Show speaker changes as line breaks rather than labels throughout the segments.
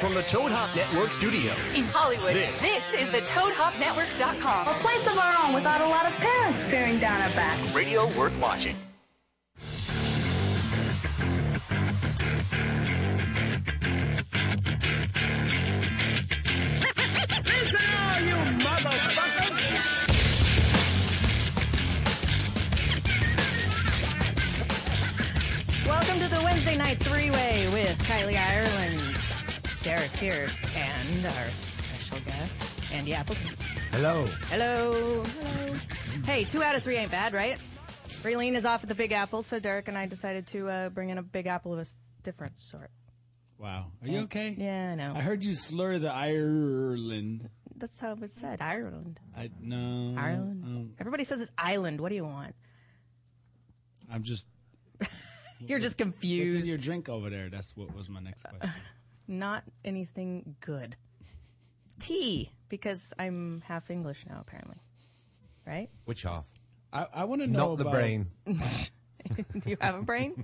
From the Toad Hop Network studios.
in Hollywood.
This.
is the ToadHopNetwork.com.
A place of our own without a lot of parents peering down our backs.
Radio worth watching.
Welcome to the Wednesday night three-way with Kylie Ireland, Derek Pierce, and our special guest, Andy Appleton.
Hello.
Hello. Hello. Hey, two out of three ain't bad, right? Raylene is off at the Big Apple, so Derek and I decided to uh, bring in a Big Apple of a s- different sort.
Wow. Are you okay?
Yeah, I know.
I heard you slur the Ireland.
That's how it was said. Ireland.
I no.
Ireland.
um,
Everybody says it's island. What do you want?
I'm just.
You're just
What's
confused.
in your drink over there? That's what was my next question.
Not anything good. Tea, because I'm half English now, apparently. Right?
Which half?
I, I want to know
Not the
about-
brain.
Do you have a brain?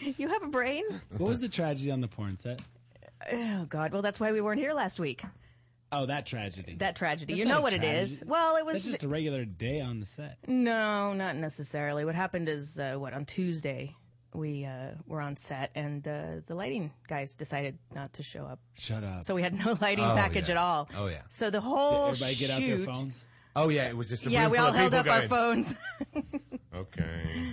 you have a brain?
What was the tragedy on the porn set?
Oh God! Well, that's why we weren't here last week.
Oh, that tragedy.
That tragedy.
That's
you
not
know
a
what it
tragedy.
is. Well, it was Mm.
That's just a regular day on the set.
no, not necessarily. What happened is uh, what on Tuesday we uh, were on set and uh, the lighting guys decided not to show up,
Shut up.
so we had no lighting
Oh,
package
yeah.
at all.
Oh, yeah.
So the whole
Everybody get out
shoot,
their phones.
Oh yeah, it was just a
Yeah,
room
we
full
all
of
held
people
up our
going,
phones.
Okay.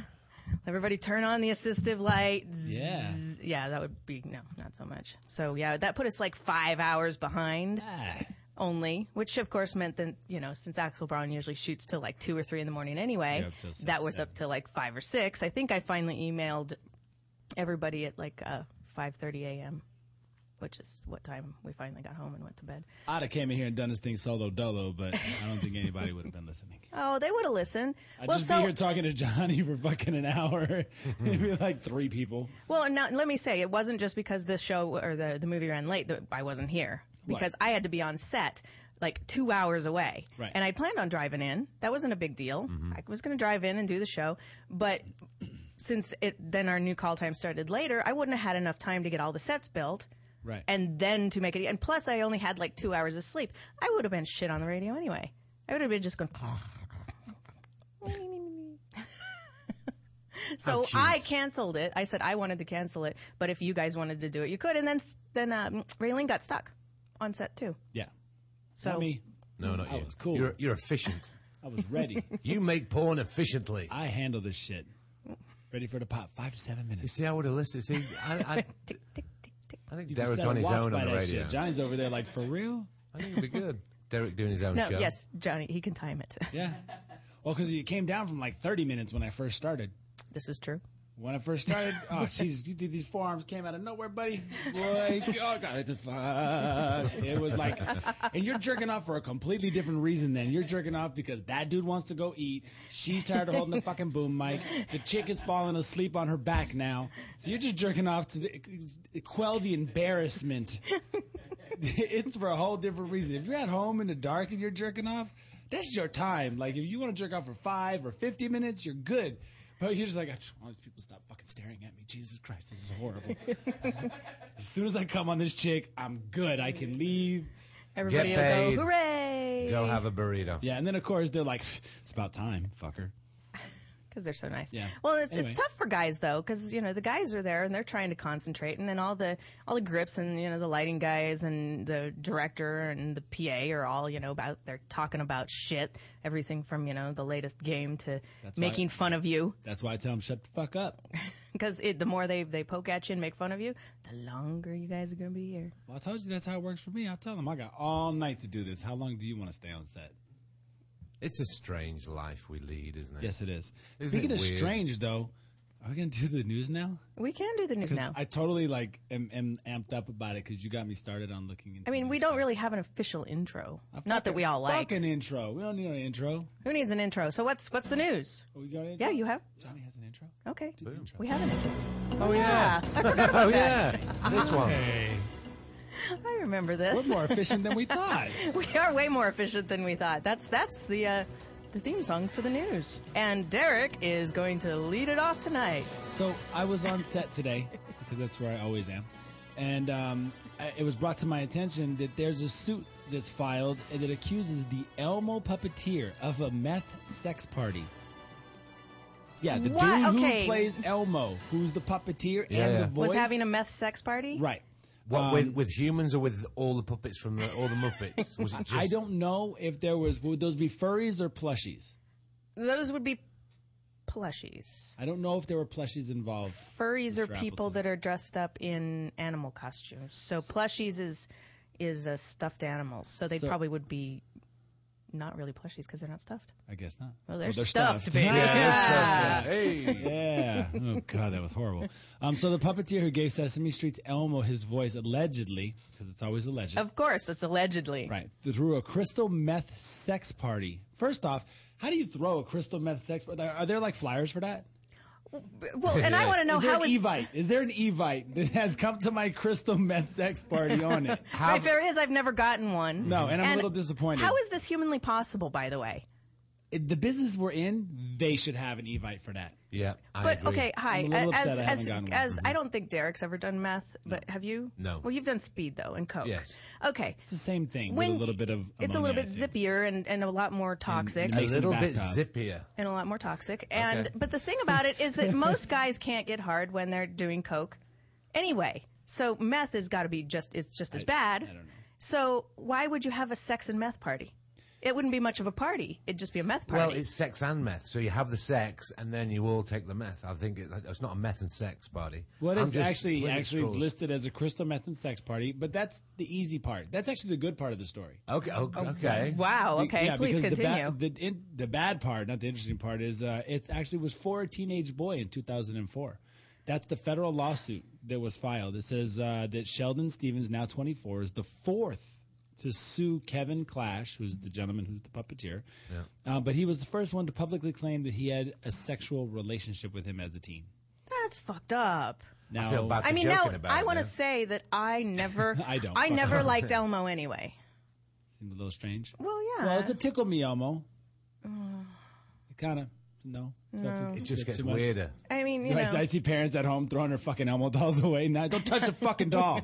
Everybody turn on the assistive lights.
Yeah.
Yeah, that would be no, not so much. So yeah, that put us like five hours behind.
Ah,
only, which of course meant that, you know, since Axel Braun usually shoots till like two or three in the morning anyway,
Yeah, up till six,
that was up to like five or six. I think I finally emailed everybody at like uh, 5.30 a.m., which is what time we finally got home and went to bed.
I'd have came in here and done this thing solo dolo, but I don't think anybody would have been listening.
Oh, they would have listened.
I'd
well,
just
so,
be here talking to Johnny for fucking an hour. It'd be like three people.
well, now let me say, it wasn't just because this show or the, the movie ran late that I wasn't here because I had to be on set like two hours away.
Right.
And I planned on driving in. That wasn't a big deal. I was going to drive in and do the show, but since it then our new call time started later, I wouldn't have had enough time to get all the sets built.
Right.
And then to make it and plus I only had like 2 hours of sleep. I would have been shit on the radio anyway. I would have been just going So I canceled it. I said I wanted to cancel it, but if you guys wanted to do it, you could. And then s- then uh, Raylene got stuck on set too.
Yeah.
So
Not me.
No, not
I
you.
was cool.
You're, you're efficient.
I was ready.
You make porn efficiently.
I handle this shit. Ready for the pop. Five to seven
You
minutes.
see, I would have listened. See, I, I,
tick tick tick tick.
I think
You
Derek's
said I
on his
walked
own
by
on the
that
radio.
shit. Johnny's over there like, for real?
I think it'd be good. Derek doing his own
No,
show.
yes, Johnny, he can time it.
Yeah. Well, because it came down from like 30 minutes when I first started.
this is true.
When I first started, oh, jeez, you did- these forearms came out of nowhere, buddy. Like, oh, God, it's a fuck. It was like, and you're jerking off for a completely different reason then. You're jerking off because that dude wants to go eat. She's tired of holding the fucking boom mic. The chick is falling asleep on her back now. So you're just jerking off to e-, quell the embarrassment. it's for a whole different reason. If you're at home in the dark and you're jerking off, that's your time. Like if you want to jerk off for five or fifty minutes, you're good. But you're just like, I just want these people to stop fucking staring at me. Jesus Christ, this is horrible. as soon as I come on this chick, I'm good. I can leave.
Everybody
Get
will
paid.
go, hooray!
Go have a burrito.
Yeah, and then of course they're like, it's about time, fucker.
because they're so nice.
Yeah.
Well, it's,
Anyway.
it's tough for guys though, because you know the guys are there and they're trying to concentrate, and then all the all the grips and you know the lighting guys and the director and the PA are all you know about they're talking about shit, everything from you know the latest game to
That's why-
making fun of you,
That's why I tell them shut the fuck up.
because the more they they poke at you and make fun of you, the longer you guys are gonna be here.
Well, I told you that's how it works for me. I tell them I got all night to do this. How long do you want to stay on set?
It's a strange life we lead, isn't it?
Yes, it is.
Isn't
Speaking
it
of
weird?
strange, though, are we gonna do the news now?
We can do the news
'Cause
now. I,
I totally like am, am amped up about it because you got me started on looking into.
mean,
new
we don't
stuff.
really have an official intro.
A
Not that
fucking-
we all like.
Fucking intro. We don't need an intro.
Who needs an intro? So what's what's the news?
Oh, we got an intro?
Yeah, you have. Oh,
Johnny has an intro.
Okay,
Do the intro.
we have an intro.
Oh yeah. oh yeah. This one.
I remember this.
We're more efficient than we thought.
We are way more efficient than we thought. That's that's the uh, the theme song for the news. And Derek is going to lead it off tonight.
So I was on set today because that's where I always am, and um, I- it was brought to my attention that there's a suit that's filed that accuses the Elmo puppeteer of a meth sex party. Yeah, the
What?
dude
Okay.
who plays Elmo, who's the puppeteer
Yeah,
and
yeah.
the
Was
voice,
was having a meth sex party.
right.
What,
Um,
with, with humans or with all the puppets from the, all the Muppets? Was it just,
I don't know if there was would those be furries or plushies.
Those would be plushies.
I don't know if there were plushies involved.
Furries are
Mr.
people
Appleton.
that are dressed up in animal costumes. So plushies is is uh, stuffed animals. So they
So-
probably would be not really plushies because they're not stuffed.
I guess not.
Well, they're, stuffed, baby.
Yeah, that's tough, yeah. Hey.
Yeah. Oh God, that was horrible. Um, so the puppeteer who gave Sesame Street's Elmo his voice allegedly, because it's always alleged,
Of course, it's allegedly.
right? Through a crystal meth sex party. First off, how do you throw a crystal meth sex party? Are there like flyers for that?
Well, and I want to know
is there
how
an
is
evite? Is there an evite that has come to my crystal meth sex party on it?
Right, if there is, I've never gotten one.
No, and I'm a little disappointed.
How is this humanly possible, by the way?
the business we're in, they should have an evite for that.
Yeah, I
But
agree.
okay, hi.
I'm a little
as
upset I haven't
as
gotten one.
as I don't think Derek's ever done meth, but have you?
No.
Well, you've done speed though, and coke.
Yes.
Okay.
It's the same thing
When
with a little bit of.
it's a little
ammonia,
bit
I think.
zippier and, and a lot more toxic
and
A
Mason
little bit
Bathtub.
zippier.
and a lot more toxic. And but the thing about it is that most guys can't get hard when they're doing coke, anyway. So meth has got to be just it's just as bad. I don't know. So why would you have a sex and meth party? It wouldn't be much of a party. It'd just be a meth party.
Well, it's sex and meth. So you have the sex, and then you all take the meth. I think it, it's not a meth and sex party.
What
I'm
is
just
actually
pulling
actually
straws.
listed as a crystal meth and sex party, but that's the easy part. That's actually the good part of the story.
Okay,
Oh,
okay, okay.
wow. Okay.
Yeah,
Please
because
continue.
The, ba- the, in, the bad part, not the interesting part, is uh, it actually was for a teenage boy in 2004. That's the federal lawsuit that was filed. It says uh, that Sheldon Stevens, now 24, is the fourth to sue Kevin Clash, who's the gentleman who's the puppeteer. Uh, but he was the first one to publicly claim that he had a sexual relationship with him as a teen.
That's fucked up.
Now,
feel bad.
I mean, now
joking about
I
it
want to
now.
say that I never,
I don't.
I never liked Elmo anyway.
seemed a little strange.
Well, uh, yeah.
Well, it's a tickle me Elmo. It kind of no.
It just gets weirder.
I mean, you
I,
know,
I see parents at home throwing their fucking Elmo dolls away. Now, don't touch the fucking doll.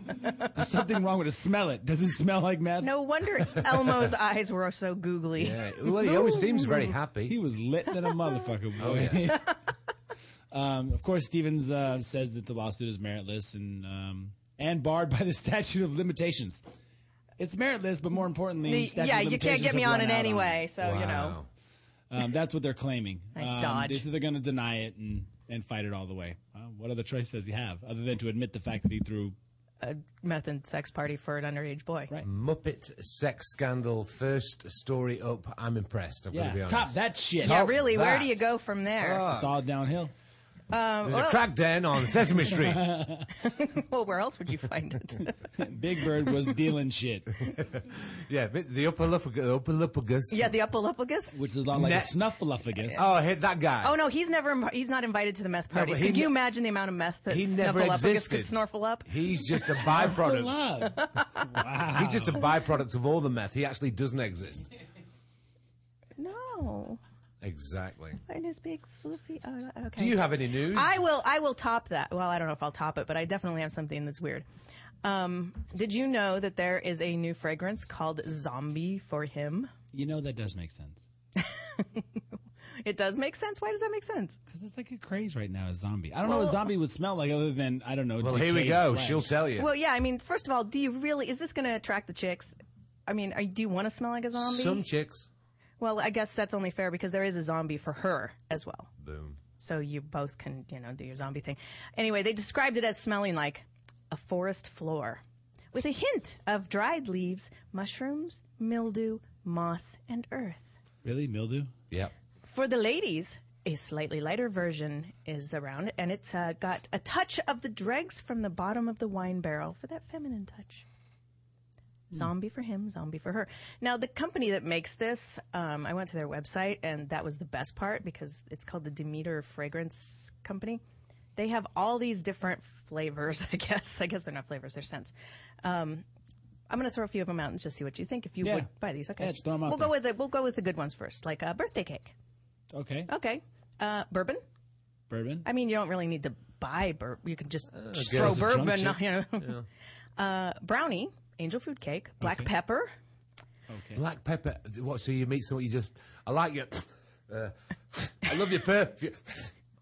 There's something wrong with it. Smell it. Does it smell like meth?
no wonder Elmo's eyes were so googly.
Yeah. Well, he always seems very happy.
He was lit than a motherfucker, boy.
Oh,
um, of course, Stevens uh, says that the lawsuit is meritless and um, and barred by the statute of limitations. It's meritless, but more importantly,
The-
statute
yeah,
of
you can't
limitations
get me
have
on
run
it
out
anyway,
uh,
so you know.
Wow.
Um, that's what they're claiming.
Nice
um,
dodge.
They said they're going to deny it and, and fight it all the way. Well, what other choice does he have other than to admit the fact that he threw?
Meth and sex party for an underage boy.
Right.
Muppet sex scandal first story up. I'm impressed. I've got to be
Yeah,
honest.
top that shit.
Yeah,
Top
really. Where do
that.
you go from there?
It's all downhill.
There's a crack den on Sesame Street.
well, where else would you find it?
Big Bird was dealing shit,
yeah, but the upper lupagus. Upper lupagus.
yeah, the Upalopagus.
which is a lot like
Nah.
a snuffleupagus.
Oh, hit that guy.
Oh no, he's never. im- He's not invited to the meth
but
parties.
he
Could you
ne-
imagine the amount of meth that
he never
Snuffleupagus could
existed.
snorfle up?
He's just a
For
byproduct.
love.
He's just a
Oh.
byproduct of all the meth. He actually doesn't exist.
No,
Exactly.
and his big fluffy. Uh, okay.
Do you have any news?
I will. I will top that. Well, I don't know if I'll top it, but I definitely have something that's weird. Um, did you know that there is a new fragrance called Zombie for him?
You know that does make sense
It does make sense. Why does that make sense?
because it's like a craze right now. A zombie. I don't know what zombie would smell like other than I don't know.
well, here we
decayed
go.
flesh.
She'll tell you.
Well, yeah. I mean, first of all, do you really? Is this going to attract the chicks? I mean, are, do you want to smell like a zombie?
Some chicks.
well, I guess that's only fair because there is a zombie for her as well.
Boom.
So you both can, you know, do your zombie thing. Anyway, they described it as smelling like a forest floor with a hint of dried leaves, mushrooms, mildew, moss, and earth.
really mildew.
Yep.
For the ladies, a slightly lighter version is around, and it's uh, got a touch of the dregs from the bottom of the wine barrel for that feminine touch.
Hmm.
Zombie for him, zombie for her. Now, the company that makes this, um, I went to their website, and that was the best part because it's called the Demeter Fragrance Company. They have all these different flavors, I guess. I guess they're not flavors, they're scents. Um, I'm going to throw a few of them out and just see what you think if you
Yeah.
would buy these. Okay.
Yeah, just throw 'em out
we'll
there.
go with the, we'll go with the good ones first, like uh, birthday cake.
Okay.
Okay. Uh, bourbon,
Bourbon.
I mean, you don't really need to buy bourbon. You can just, just
Uh, guess.
throw
It's
junk
bourbon. You
shit.
know. Uh, brownie, angel food cake, black
Okay.
pepper.
Okay.
Black pepper. What? So you meet someone, you just, I like your, uh, I love your perfume.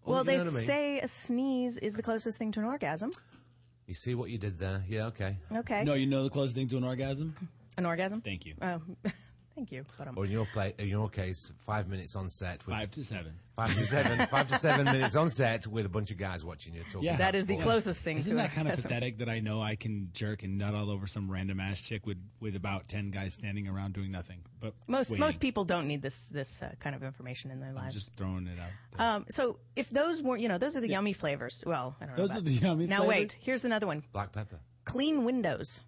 Well,
Oh, You
they
know what I mean?
say a sneeze is the closest thing to an orgasm.
You see what you did there? Yeah, okay.
Okay,
No, you know the closest thing to an orgasm?
an orgasm.
Thank you.
Oh, thank you. But
Oh,
um,
Or in your play, in your case, five minutes on set with
Five to seven.
five to seven, five to seven minutes on set with a bunch of guys watching you talking.
Yeah.
about
that is the
sports.
closest thing
Isn't
to
that
an
kind of
orgasm.
pathetic that I know I can jerk and nut all over some random ass chick with, with about ten guys standing around doing nothing? But
Most
waiting.
most people don't need this this uh, kind of information in their
I'm
lives.
just throwing it out. there.
um, so if those were, you know, those are the yummy flavors. Well, I don't
Those
know.
are
about-
the yummy
Now
flavors?
wait, here's another one.
Black pepper.
Clean windows.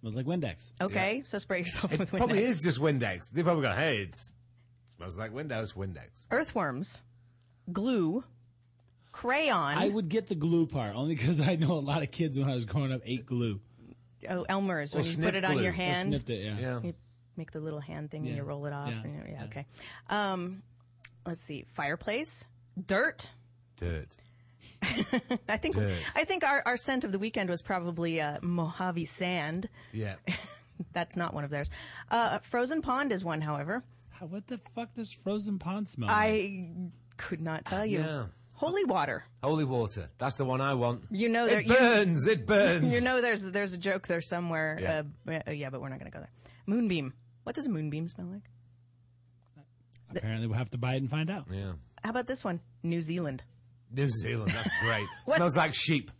Smells like Windex.
Okay, so spray yourself with Windex.
Probably is just Windex. They probably go, hey, it's, smells like Windows, Windex.
Earthworms, glue, crayon.
I would get the glue part only because I know a lot of kids when I was growing up ate glue.
oh, Elmer's when
Or
you put
sniff
it on
glue.
your
Or
I
hand.
sniffed it. Yeah.
Yeah.
You make the little hand thing and you roll it off.
Yeah.
Yeah, yeah, okay. Um, let's see. Fireplace, dirt.
Dirt.
I think
Dirt.
I think our, our scent of the weekend was probably uh, Mojave sand.
Yeah.
That's not one of theirs. Uh, frozen pond is one, however.
How, what the fuck does frozen pond smell? like?
I could not tell you.
Yeah.
Holy water.
Holy water. That's the one I want.
You know there.
It
You,
burns. It burns.
you know there's there's a joke there somewhere.
Yeah.
Uh, uh, yeah, but we're not going to go there. Moonbeam. What does moonbeam smell like?
Apparently, we'll have to buy it and find out.
Yeah.
How about this one? New Zealand.
New Zealand. That's great. Smells like sheep.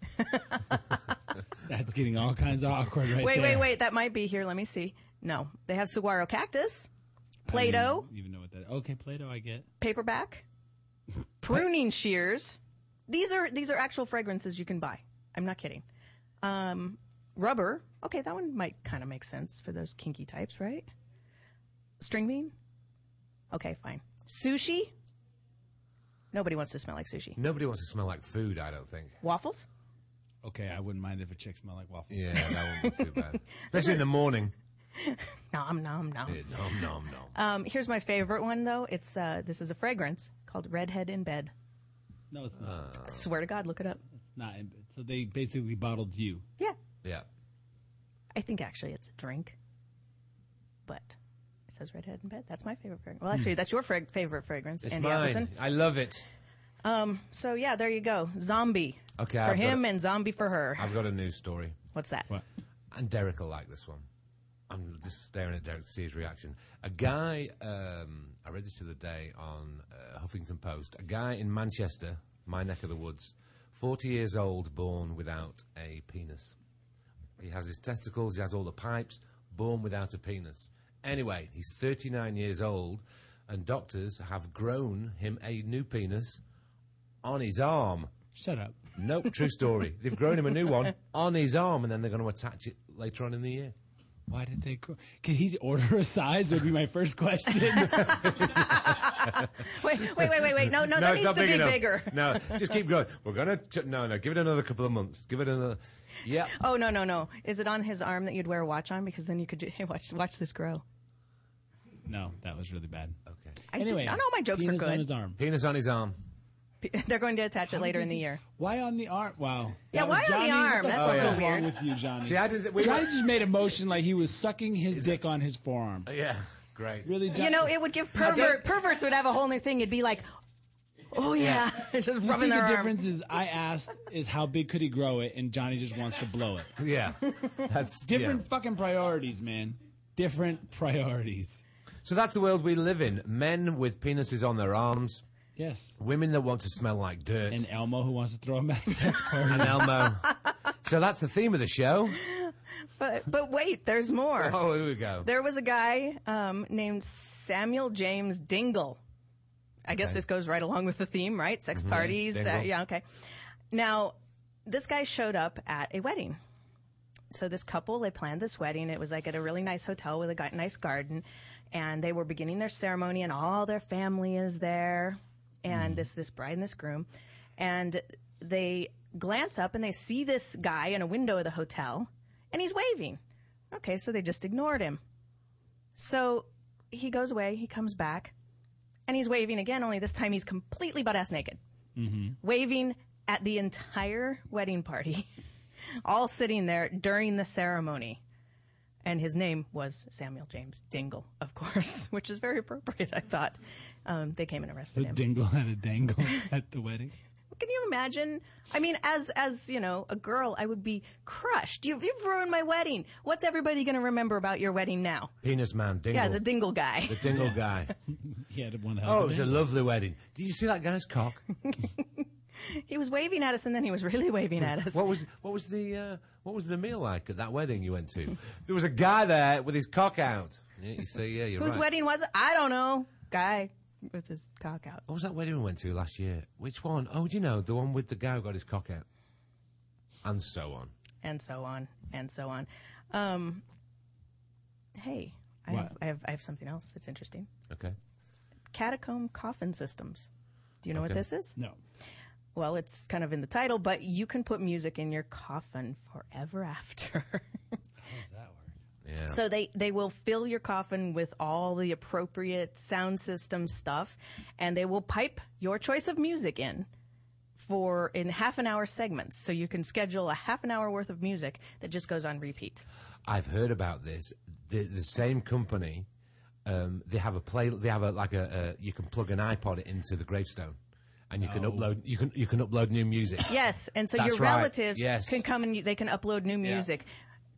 That's getting all kinds of awkward right
Wait, wait,
there.
wait. That might be here. Let me see. No, they have saguaro cactus, Play Doh,
Even know what that? Okay, Play-Doh, I get.
paperback, pruning shears. These are these are actual fragrances you can buy. I'm not kidding. Um, rubber. Okay, that one might kind of make sense for those kinky types, right? String bean. Okay, fine. Sushi. Nobody wants to smell like sushi.
Nobody wants to smell like food, I don't think.
Waffles.
Okay, I wouldn't mind if a chick smelled like waffles.
Yeah, that wouldn't be too bad. Especially in the morning.
Nom nom nom.
Yeah, Nom, nom, nom.
Um, here's my favorite one though. It's uh, this is a fragrance called Redhead in Bed.
No, it's not.
Swear to God, look it up.
it's not. in- So they basically bottled you.
Yeah,
yeah.
I think actually it's a drink, but it says redhead in bed. That's my favorite fragrance. Well, actually, that's your frag- favorite fragrance,
Hmm. It's
Andy
mine.
Appleton.
I love it.
So yeah, there you go. Zombie
Okay,
for
I've got
him and zombie for her.
I've got a news story.
What's that?
What?
And Derek will like this one. I'm just staring at Derek to see his reaction. A guy, um, I read this the other day on uh, Huffington Post. A guy in Manchester, my neck of the woods, 40 years old, born without a penis. He has his testicles, he has all the pipes, born without a penis. Anyway, he's 39 years old, and doctors have grown him a new penis on his arm.
Shut up.
Nope, true story. They've grown him a new one on his arm, and then they're going to attach it later on in the year.
Why did they? Grow? Can he order a size? Would be my first question.
Wait, wait, wait, wait, wait. No, no, that needs to be bigger.
No, just keep going. We're going to no, no. Give it another couple of months. Give it another. Yeah,
Oh no, no, no. Is it on his arm that you'd wear a watch on? Because then you could do, hey, watch, watch this grow.
no, that was really bad.
okay.
I did-
Anyway,
not all my jokes are
penis on
good.
his arm.
Penis on his arm.
They're going to attach it later in the year.
Why on the arm? Wow.
Yeah,
That was
why on the
Johnny.
arm?
What the
That's
a
fuck
little
is wrong
weird.
with you, Johnny?
See, I did. We
Johnny
were,
just made a motion like he was sucking his dick on his forearm.
yeah, great.
Really, Johnny?
You know, it would give pervert perverts would have a whole new thing. It'd be like, oh yeah, just
You see
rubbing
the
their arm.
difference is I asked is how big could he grow it, and Johnny just wants to blow it.
Yeah, that's
Different
yeah.
fucking priorities, man. Different priorities.
So that's the world we live in. Men with penises on their arms.
Yes.
Women that want to smell like dirt.
And Elmo who wants to throw him at the sex party.
and Elmo. so that's the theme of the show.
But but wait, there's more.
Oh, here we go.
There was a guy um, named Samuel James Dingle. I guess
Okay. Mm-hmm.
this goes right along with the theme, right? Sex parties. Uh,
Dingle.
yeah, okay. Now, this guy showed up at a wedding. So this couple, they planned this wedding. It was like at a really nice hotel with a gu- nice garden, and they were beginning their ceremony, and all their family is there, and
Mm-hmm.
this this bride and this groom, and they glance up and they see this guy in a window of the hotel, and he's waving. Okay, so they just ignored him. So he goes away, he comes back, and he's waving again, only this time he's completely butt ass naked. waving at the entire wedding party, all sitting there during the ceremony. And his name was Samuel James Dingle, of course, which is very appropriate, I thought. Um, they came and arrested
The
him.
dingle and a dangle at the wedding.
Can you imagine? I mean, as as you know, a girl, I would be crushed. You've, you've ruined my wedding. What's everybody going to remember about your wedding now?
Penis man, dingle.
Yeah, the dingle guy.
The dingle guy.
He had one hell.
Oh, it
of a
was a
dingle.
lovely wedding. Did you see that guy's cock?
He was waving at us, and then he was really waving at us.
What was what was the uh, what was the meal like at that wedding you went to? There was a guy there with his cock out. Yeah, you see, yeah, you're
Whose
right.
wedding was it? I don't know. Guy with his cock out.
What was that wedding we went to last year? Which one? Oh, do you know the one with the guy who got his cock out, and so on.
and so on and so on. Um, hey, I
What?
have, I have I have something else that's interesting.
Okay.
Catacomb coffin systems. Do you know what
Okay.
this is?
No.
Well, it's kind of in the title, but you can put music in your coffin forever after.
Yeah.
so they, they will fill your coffin with all the appropriate sound system stuff, and they will pipe your choice of music in for in half an hour segments. So you can schedule a half an hour worth of music that just goes on repeat.
I've heard about this. The, the same company, um, they have a play. They have a like a, a you can plug an iPod into the gravestone, and you
Oh.
can upload you can you can upload new music.
Yes, and so
That's
your
right.
relatives
Yes.
can come and you, they can upload new music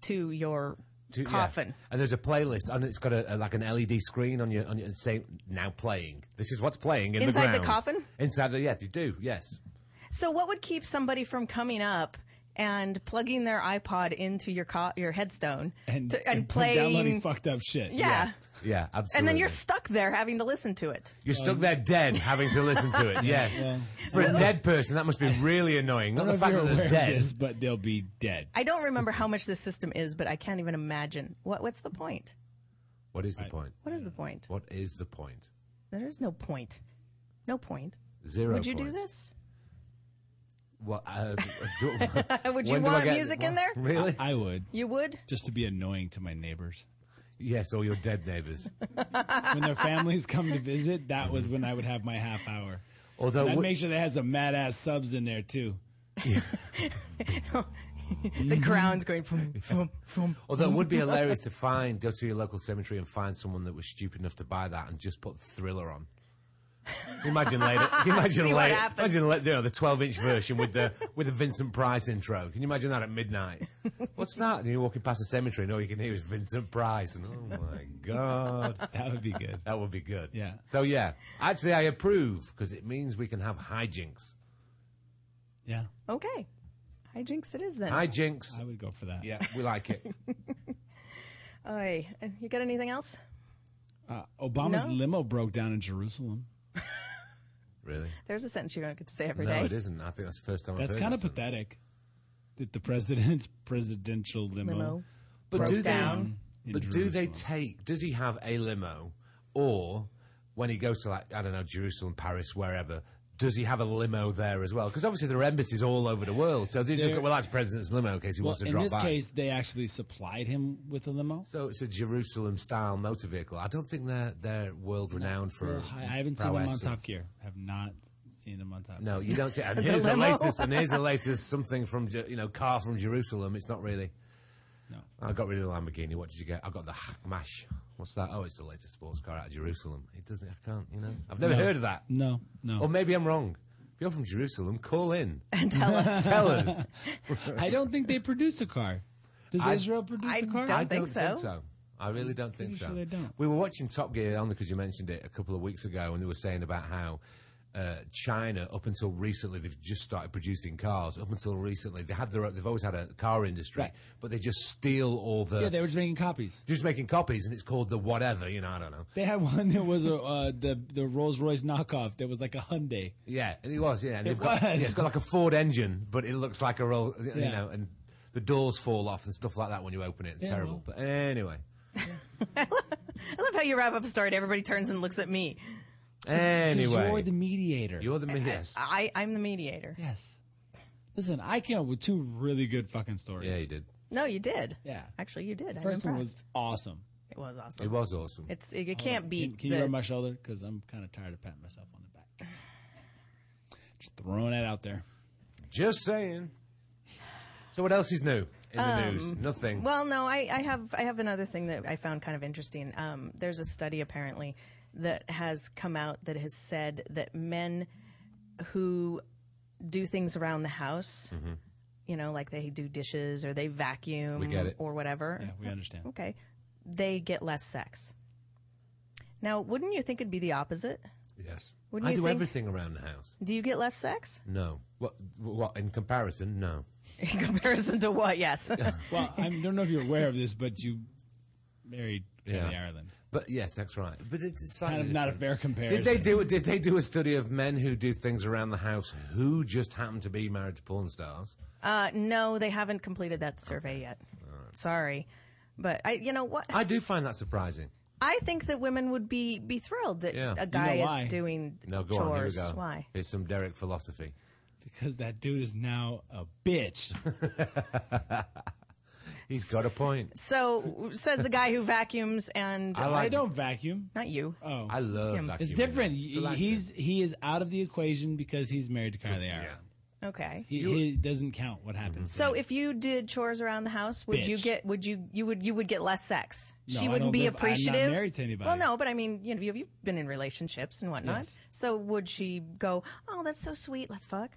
to your
To- yeah.
coffin.
And there's a playlist, and it's got a, a- like an LED screen on your on your saying now playing. This is what's playing in
Inside the
ground."
coffin?
Inside the yeah, they do yes.
So what would keep somebody from coming up and plugging their iPod into your co- your headstone
And,
to- and
put-
playing?
downloading fucked up shit.
yeah.
Yeah, absolutely.
And then you're stuck there having to listen to it.
You're stuck there dead, having to listen to it. Yes, for a dead person, that must be really annoying. Not
I
the
don't know
fact that
if you're aware
they're
of
dead.
this, but they'll be dead.
I don't remember how much this system is, but I can't even imagine. What what's the point?
What is the point?
What is the point?
What is the point?
There is no point. No point.
Zero.
would you do
point.
this?
Well, uh, do,
Uh, Would you
when do I
want
get-
music in there?
Really?
I would
You would?
just to be annoying to my neighbors.
yes, or your dead neighbours.
When their families come to visit, that was when I would have my half hour.
Although
And I'd
wh-
make sure they had some mad ass subs in there too.
The ground's going from from from
Although it would be hilarious to find, go to your local cemetery and find someone that was stupid enough to buy that and just put Thriller on. Imagine later. Imagine
See what
later.
happens.
Imagine la- you know, the twelve-inch version with the with the Vincent Price intro. Can you imagine that at midnight? What's that? And you're walking past a cemetery and all you can hear is Vincent Price. And oh my god,
That would be good.
that would be good.
Yeah.
So yeah, I'd say I approve because it means we can have hijinks.
Yeah,
Okay. Hijinks it is then.
Hijinks.
I would go for that.
Yeah, we like it.
Oy. Uh, You got anything else?
Uh, Obama's
No.
limo broke down in Jerusalem.
Really?
There's a sentence you don't get to say every
No,
day.
it isn't. I think that's the first time. I've
That's
heard
kind
that
of
sentence.
pathetic. That the president's presidential limo.
Limo.
But
broke
do they?
down
in
But do they
Jerusalem.
take? Does he have a limo, or when he goes to like I don't know Jerusalem, Paris, wherever? Does he have a limo there as well? Because obviously there are embassies all over the world. So they just
There-
go, well, that's president's limo in case he
Well,
wants to
in
drop
this
by.
case, they actually supplied him with a limo.
so it's a Jerusalem-style motor vehicle. I don't think they're they're world-renowned for.
I I haven't seen him on
prowess of-
Top Gear. Have not seen him on Top. Gear.
No, you don't see. And here's the
limo.
latest. And here's the latest. Something from Ju- you know car from Jerusalem. It's not really.
No.
I got rid of the Lamborghini. What did you get? I got the Mash. What's that? Oh, it's the latest sports car out of Jerusalem. It doesn't. I can't. You know. I've never heard of that.
no, no.
Or maybe I'm wrong. If you're from Jerusalem, call in.
And tell us.
Tell us.
I don't think they produce a car. Does
I-
Israel produce
I
a car?
don't-
I don't
think so.
think so. I really don't think
Pretty
so.
sure they don't.
We were watching Top Gear on because you mentioned it a couple of weeks ago, and they were saying about how uh, China, up until recently, they've just started producing cars. Up until recently, they had their own, they've always had a car industry,
Right.
but they just steal all the.
Yeah, they were just making copies.
just making copies, and it's called the whatever. You know, I don't know.
They had one that was a, uh, the the Rolls Royce knockoff that was like a Hyundai.
Yeah, and it was. Yeah, and
It
they've got, yeah,
was.
it's got like a Ford engine, but it looks like a roll. You
Yeah.
know, and the doors fall off and stuff like that when you open it. It's
Yeah,
terrible.
well.
But anyway,
I love how you wrap up a story and everybody turns and looks at me.
'Cause
anyway,
you're the mediator.
you're the yes.
I, I'm the mediator.
yes. Listen, I came up with two really good fucking stories.
Yeah, you did.
No, you did.
Yeah.
Actually, you did.
The
I'm
first one
impressed.
was awesome.
It was awesome.
It was awesome.
It's it, it can't
Can,
beat
can you
the-
rub my shoulder? Because I'm kind of tired of patting myself on the back. Just throwing that out there.
Just saying. So what else is new in the news? Nothing.
Well, no, I, I have I have another thing that I found kind of interesting. Um, there's a study apparently that has come out that has said that men who do things around the house,
Mm-hmm.
you know, like they do dishes or they vacuum
We get it.
or whatever,
Yeah, we understand.
okay, they get less sex. Now, wouldn't you think it'd be the opposite?
yes.
wouldn't
I
you
do
think-
everything around the house.
Do you get less sex
No. What? What? In comparison, no.
in comparison to what? Yes.
Well, I don't know if you're aware of this, but you married Kelly
Yeah.
Ireland.
But yes, that's right. But it's
Kind of not a fair comparison.
Did they do? Did they do a study of men who do things around the house who just happen to be married to porn stars?
Uh, no, they haven't completed that survey yet. Sorry. But I, you know what?
I do find that surprising.
I think that women would be be thrilled that
Yeah.
a guy
You know why?
is doing
No, go on. Here we
chores.
go.
Why?
It's some Derek philosophy.
Because that dude is now a bitch.
He's got a point.
So says the guy who vacuums and
I
I
like.
don't vacuum.
not you.
Oh,
I love
Him.
that.
it's
human.
different.
Relaxing.
He's he is out of the equation because he's married to Carly Ireland.
Okay.
He, he doesn't count what happens.
Mm-hmm.
So if you did chores around the house, would you
Bitch.
get would you you would you would get less sex?
No,
she
I
wouldn't
don't
be
live- I'm not
appreciative.
married to anybody.
Well, no, but I mean, you know, you've you've been in relationships and whatnot.
Yes.
So would she go? Oh, that's so sweet. Let's fuck.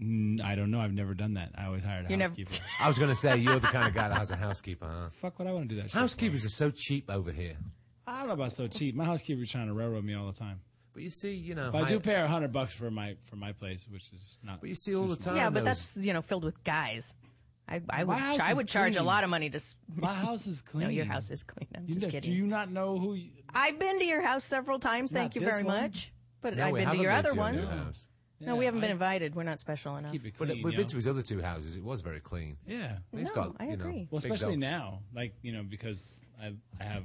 Mm, I don't know. I've never done that. I always hired a
You never-
housekeeper.
I was going to say you're the kind of guy that has a housekeeper. Huh?
Fuck what I want to do that. shit for.
Housekeepers are so cheap over here.
I don't know about so cheap. My housekeeper's trying to railroad me all the time.
But you see, you know,
But I
hi-
do pay her hundred bucks for my for my place, which is not.
But you see all
too
the
small.
time.
yeah, but
those-
that's you know filled with guys. I, I would
My house
I
is
would charge a
clean.
lot of money to. s-
My house is clean.
No, your house is clean. I'm
You
just
know-
kidding.
Do you not know who? You,
I've been to your house several times. Thank
Not
you
this
very
one.
much. But
No,
I've
we
been to
haven't
your other
other
ones.
house.
No, we
Yeah,
haven't been
I-
invited. We're not special enough.
keep it
But
clean.
we've been
yo.
to his other two houses. It was very clean.
yeah.
It's
No,
got,
I
you know,
agree.
Well,
big
especially
dogs.
now, like you know, because I I have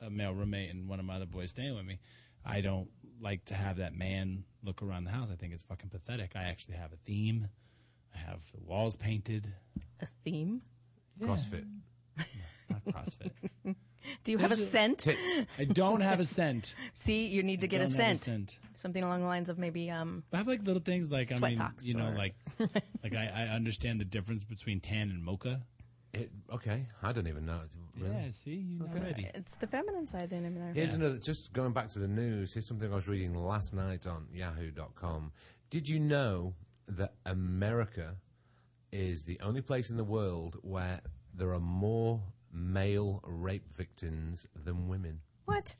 a male roommate and one of my other boys staying with me. I don't like to have that man look around the house. I think it's fucking pathetic. I actually have a theme. I have the walls painted.
A theme?
CrossFit.
Not CrossFit.
Do you have a
There's a-
scent?
Tits.
I don't have a scent.
See, you need to get a
Don't have
scent. Something along the lines of maybe um
I have like little things like I
Sweat
mean,
socks
you know,
or-
like like I, I understand the difference between tan and mocha.
It, okay, I don't even know. Really?
Yeah, see, you're not ready.
it's the feminine side then in there.
Here's another, just going back to the news, here's something I was reading last night on yahoo.com. Did you know that America is the only place in the world where there are more male rape victims than women?
What?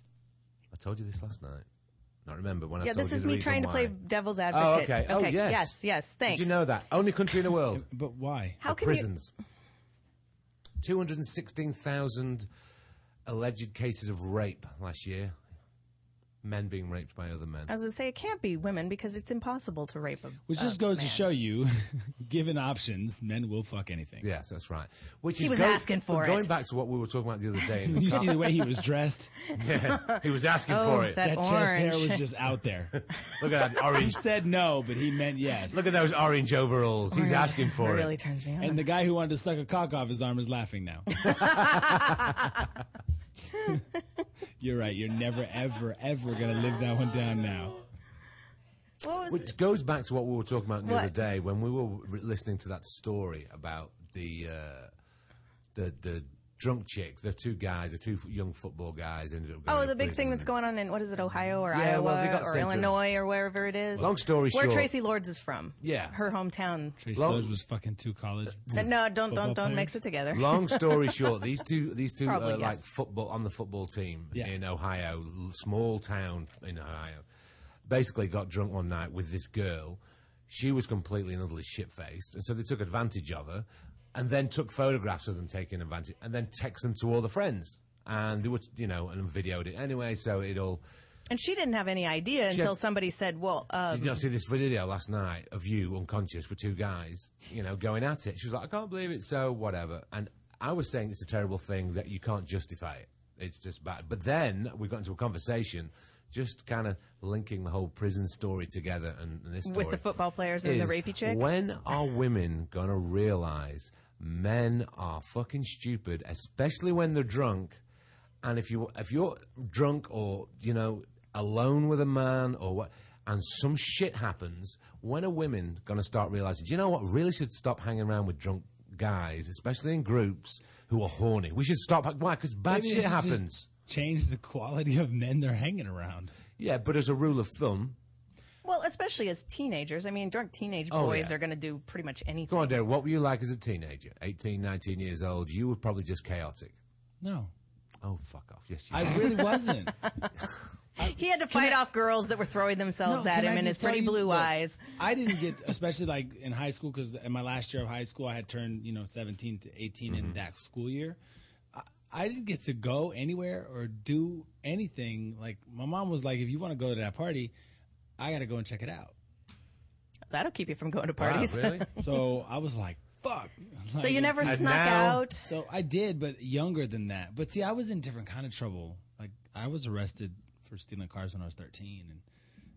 I told you this last night. Not remember when I
Yeah,
told
this
you
is
the
me
reason
trying to play
why.
devil's
Oh,
advocate.
okay. Oh, yes.
yes, yes, Thanks.
Did you know that? Only country in the world.
But why?
How
of
can
prisons. 216,000 alleged cases of rape last year. Men being raped by other men.
you I was gonna say it can't be women because it's impossible to rape them.
Which just
Oh,
goes to show you, given options, men will fuck anything.
yes, that's right. Which
He
is
was
go-
asking for
Going
it.
back to what we were talking about the other day. in the
You
car.
see the way he was dressed.
he was asking
Oh,
for it.
that-
That chest hair
orange.
was just out there.
Look at that orange.
He said no, but he meant yes.
Look at those orange overalls. He's asking for
it
it.
really turns me on.
and the guy who wanted to suck a cock off his arm is laughing now. you're right. You're never, ever, ever going to live that one down now.
what was
Which goes back to what we were talking about the
What?
other day when we were re- listening to that story about the uh, the the drunk chick, the two guys, the two f- young football guys ended up. Going
Oh,
to
the big thing
prison.
that's going on in what is it, Ohio or
Yeah,
Iowa
well, they got
or
sent to-
Illinois or wherever it is.
Long story
Where
short-
Tracy Lords is from.
Yeah.
her hometown.
Trace
Long-
Lowe's was fucking two college.
Uh, No, don't
Football
don't don't
player?
mix it together.
Long story short, these two these two
Probably,
uh, like
yes.
football on the football team
Yeah.
in Ohio, l- small town in Ohio, basically got drunk one night with this girl. She was completely and utterly shit faced, and so they took advantage of her, and then took photographs of them taking advantage, and then text them to all the friends, and they were you know and videoed it anyway, so it all.
And she didn't have any idea
She
until
had-
somebody said, "Well, uh,
Did you not see this video last night of you unconscious with two guys, you know, going at it? She was like, I can't believe it, so whatever. And I was saying it's a terrible thing that you can't justify it. It's just bad. But then we got into a conversation just kind of linking the whole prison story together and, and this
With
story.
the football players and the
is,
rapey chick?
When are women going to realize men are fucking stupid, especially when they're drunk? And if you if you're drunk or you know alone with a man or what, and some shit happens, when are women going to start realizing, do you know what? Really should stop hanging around with drunk guys, especially in groups who are horny. We should stop. Why? Because bad
Maybe
shit
they should just
happens.
Change the quality of men they're hanging around.
Yeah, but as a rule of thumb,
Well, especially as teenagers. I mean, drunk teenage
Oh,
boys
yeah.
are going to do pretty much anything.
go on, Derek, what were you like as a teenager? 18, 19 years old, you were probably just chaotic.
No,
Oh, fuck off. Yes, you
I
were.
really wasn't.
He had to fight off girls that were throwing themselves
No,
at
can
him
I
and his
just tell
pretty
you-
blue
look,
eyes.
I didn't get, especially like in high school, because in my last year of high school, I had turned, you know, 17 to 18 in that school year. I, I didn't get to go anywhere or do anything. Like, my mom was like, if you want to go to that party, I got to go and check it out.
That'll keep you from going to
Wow,
parties.
really?
So I was like, fuck.
so you never
And
snuck
now-
out.
So I did, but younger than that. But see, I was in different kind of trouble. Like I was arrested for stealing cars when I was thirteen, and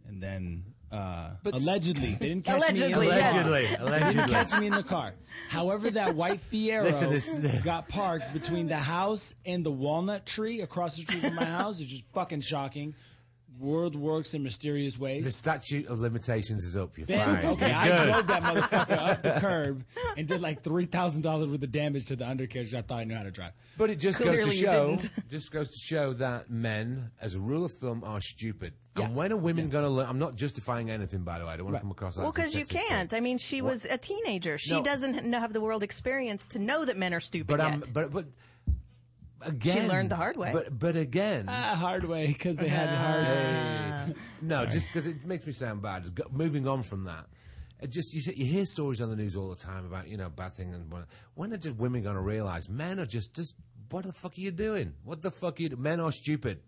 and then uh, allegedly they didn't catch
Allegedly,
me. in the
yes.
car.
Allegedly,
They didn't catch me in the car. However, that white Fiero
Listen, this-
got parked between the house and the walnut tree across the street from my house. It's just fucking shocking. World works in mysterious ways.
The statute of limitations is up. You're
Then-
fine.
okay,
You're
I
good.
drove that motherfucker up the curb and did like three thousand dollars worth of damage to the undercarriage. I thought I knew how to drive.
But it just goes to
Clearly you
show,
didn't.
just goes to show that men, as a rule of thumb, are stupid.
Yeah.
And when are women going to learn? I'm not justifying anything, by the way. I don't want to come across like
Well,
some
because you
sexist thing.
can't. I mean, she was a teenager. She
No.
doesn't kn- have the world experience to know that men are stupid
But
yet.
um, but but again,
learned the hard way.
But but again,
Ah, hard way because they had hard
Uh-huh.
way.
no, just because it makes me sound bad. Go- Moving on from that, it just you see, you hear stories on the news all the time about you know bad things and what- when are just women going to realize men are just just what the fuck are you doing? What the fuck are you? do- Men are stupid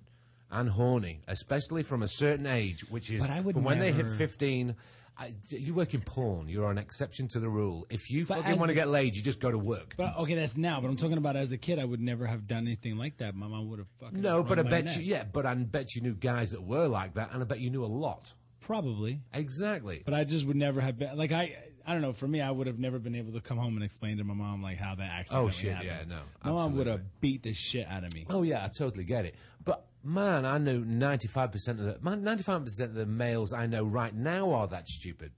and horny, especially from a certain age, which is
But I would
from when they hit
never-
fifteen. I, you work in porn. You're an exception to the rule. If you
But
fucking
as
want to
the-
get laid, you just go to work.
But okay, that's now. But I'm talking about as a kid, I would never have done anything like that. My mom would have fucking
No,
wrung
but I
my
bet
neck.
you, yeah, but I bet you knew guys that were like that, and I bet you knew a lot.
probably.
Exactly.
But I just would never have been like I. I don't know. For me, I would have never been able to come home and explain to my mom like how that accident.
Oh, shit, yeah, no,
My mom would
absolutely.
have beat the shit out of me.
oh yeah, I totally get it. But man, I know ninety-five percent of the man, ninety-five percent of the males I know right now are that stupid.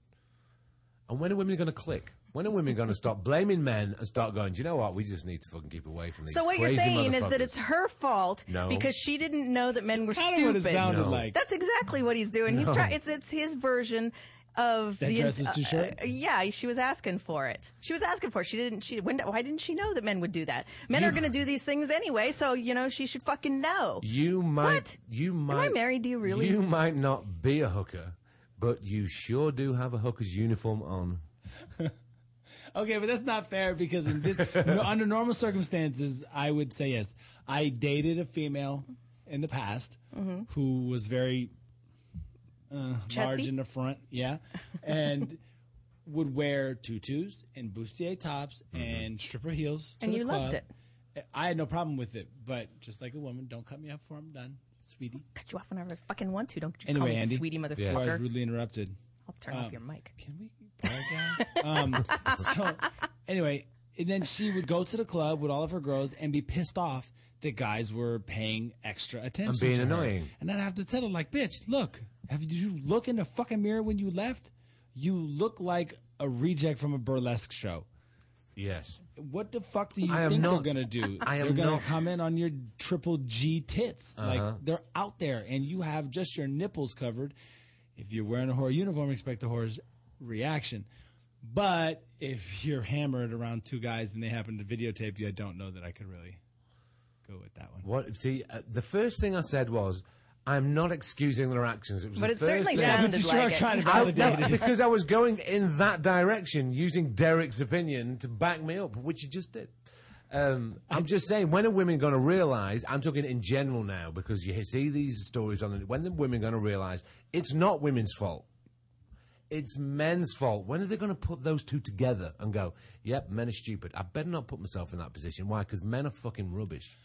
And when are women going to click? When are women going to stop blaming men and start going? Do you know what? We just need to fucking keep away from these.
so what you're
crazy
saying is that
motherfuckers."
it's her fault
No.
because she didn't know that men were
Kinda what
stupid.
it sounded
No.
like.
That's exactly what he's doing. He's trying. It's it's his version of
That
the
dress is too short?
uh, yeah, she was asking for it. She was asking for it. She didn't. She when, why didn't she know that men would do that? Men are going to do these things anyway, so you know she should fucking know.
You might.
What?
You
Am I
might.
married? Do you really?
You might not be a hooker, but you sure do have a hooker's uniform on.
Okay, but that's not fair because in this, no, under normal circumstances, I would say yes. I dated a female in the past who was very uh, large
Mm-hmm. Chesty?
in the front, yeah, and would wear tutus and bustier tops and stripper heels. To
And
the
you
club.
loved it.
I had no problem with it, but just like a woman, don't cut me up before I'm done, sweetie.
Cut you off whenever I fucking want to. Don't you
Anyway,
call me
Andy.
sweetie
I
motherfucker.
was rudely interrupted.
I'll turn off your mic.
can we bar down? um, so anyway, and then she would go to the club with all of her girls and be pissed off that guys were paying extra attention
being
to her.
annoying.
And I'd have to tell her, like, bitch, look, have you, did you look in the fucking mirror when you left? You look like a reject from a burlesque show.
Yes.
What the fuck do you
I am
think
not-
they're gonna do?
I Uh-huh. am
they're gonna
not.
comment on your triple G tits. Like they're out there, and you have just your nipples covered. If you're wearing a horror uniform, expect a horror's reaction. But if you're hammered around two guys and they happen to videotape you, I don't know that I could really go with that one.
What? See, uh, the first thing I said was, "I'm not excusing their actions." It was
But
the
it
first
certainly
thing-
Yeah, but
sounded
you sure
like
are
it.
trying to
I- no,
validate it.
because I was going in that direction, using Derek's opinion to back me up, which you just did. Um, I'm just saying, when are women going to realise? I'm talking in general now, because you see these stories on. When are women going to realise it's not women's fault? It's men's fault. When are they going to put those two together and go, "Yep, men are stupid." I better not put myself in that position. Why? Because men are fucking rubbish.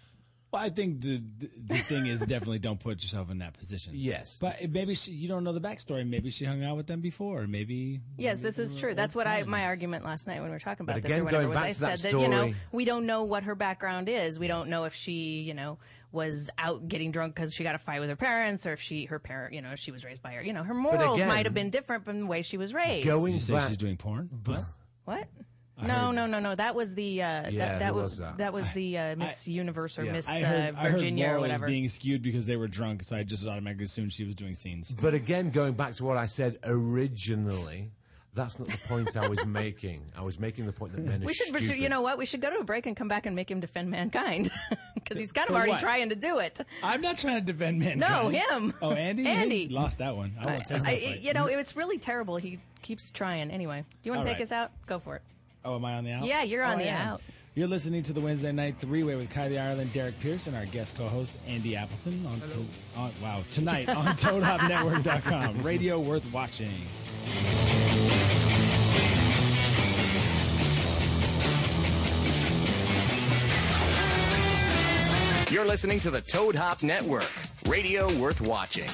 Well, I think the the, the thing is definitely don't put yourself in that position.
Yes.
but maybe she, you don't know the backstory. Maybe she hung out with them before. Maybe
Yes,
maybe
this
they
is
were
true.
old
That's what I
friends.
my argument last night when we were talking about
But
this
again,
or whatever
going
was
back
I
to that
said that you know
story-
we don't know what her background is. We don't know if she you know was out getting drunk because she got a fight with her parents, or if she her parent, you know, she was raised by her, you know, her morals
again-
might have been different from the way she was raised.
Going
Did you say
back,
she's doing porn? What?
What? No, no, no, no. That was the uh,
Yeah,
that, that
who
was,
was that?
was the uh, Miss Universe or
yeah.
Miss
I heard,
uh, Virginia
I heard
or
morals
whatever.
being skewed because they were drunk, so I just automatically assumed she was doing scenes.
but again, going back to what I said originally, that's not the point I was making. I was making the point that men are
we should, we should,
stupid.
you know what? We should go to a break and come back and make him defend mankind because he's kind of
For
already
what?
trying to do it.
I'm not trying to defend men.
No, him.
Oh, Andy?
Andy.
He lost that one. I won't take that
I,
fight.
you know, it's really terrible. He keeps trying. Anyway, do you want
All
to take
right.
us out? Go for it.
Oh, am I on the out?
Yeah, you're on
I
the
am.
out.
You're listening to the Wednesday Night Three Way with Kylie Ireland, Derek Pierce, and our guest co-host Andy Appleton on, to, on wow tonight on ToadHopNetwork.com. Radio worth watching.
You're listening to the Toad Hop Network. Radio worth watching.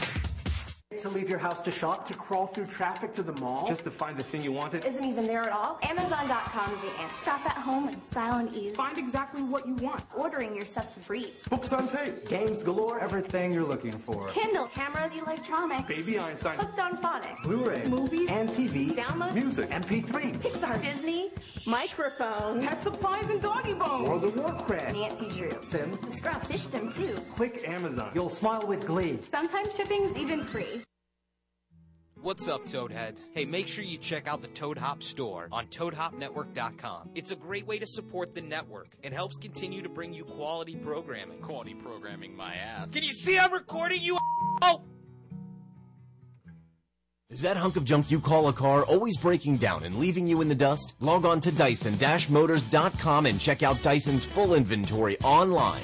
To leave your house to shop, to crawl through traffic to the mall.
Just to find the thing you wanted?
isn't even there at all. Amazon.com is the answer. Shop at home in style and ease.
find exactly what you want.
Ordering your stuff's a breeze.
Books on tape.
Games galore, everything you're looking for.
Kindle, cameras, electronics,
Baby Einstein.
hooked on phonics,
Blu-ray, movies, and TV,
Download-
music, MP3,
Pixar, Disney, microphones, pet supplies, and doggy bones.
World of Warcraft.
Nancy Drew,
Sims.
the Scruff system too.
Click Amazon.
You'll smile with glee.
Sometimes shipping's even free.
What's up, Toadheads? Hey, make sure you check out the Toad Hop store on ToadHopNetwork.com. It's a great way to support the network and helps continue to bring you quality programming.
Quality programming my ass.
Can you see I'm recording you? Oh!
Is that hunk of junk you call a car always breaking down and leaving you in the dust? Log on to Dyson-Motors.com and check out Dyson's full inventory online.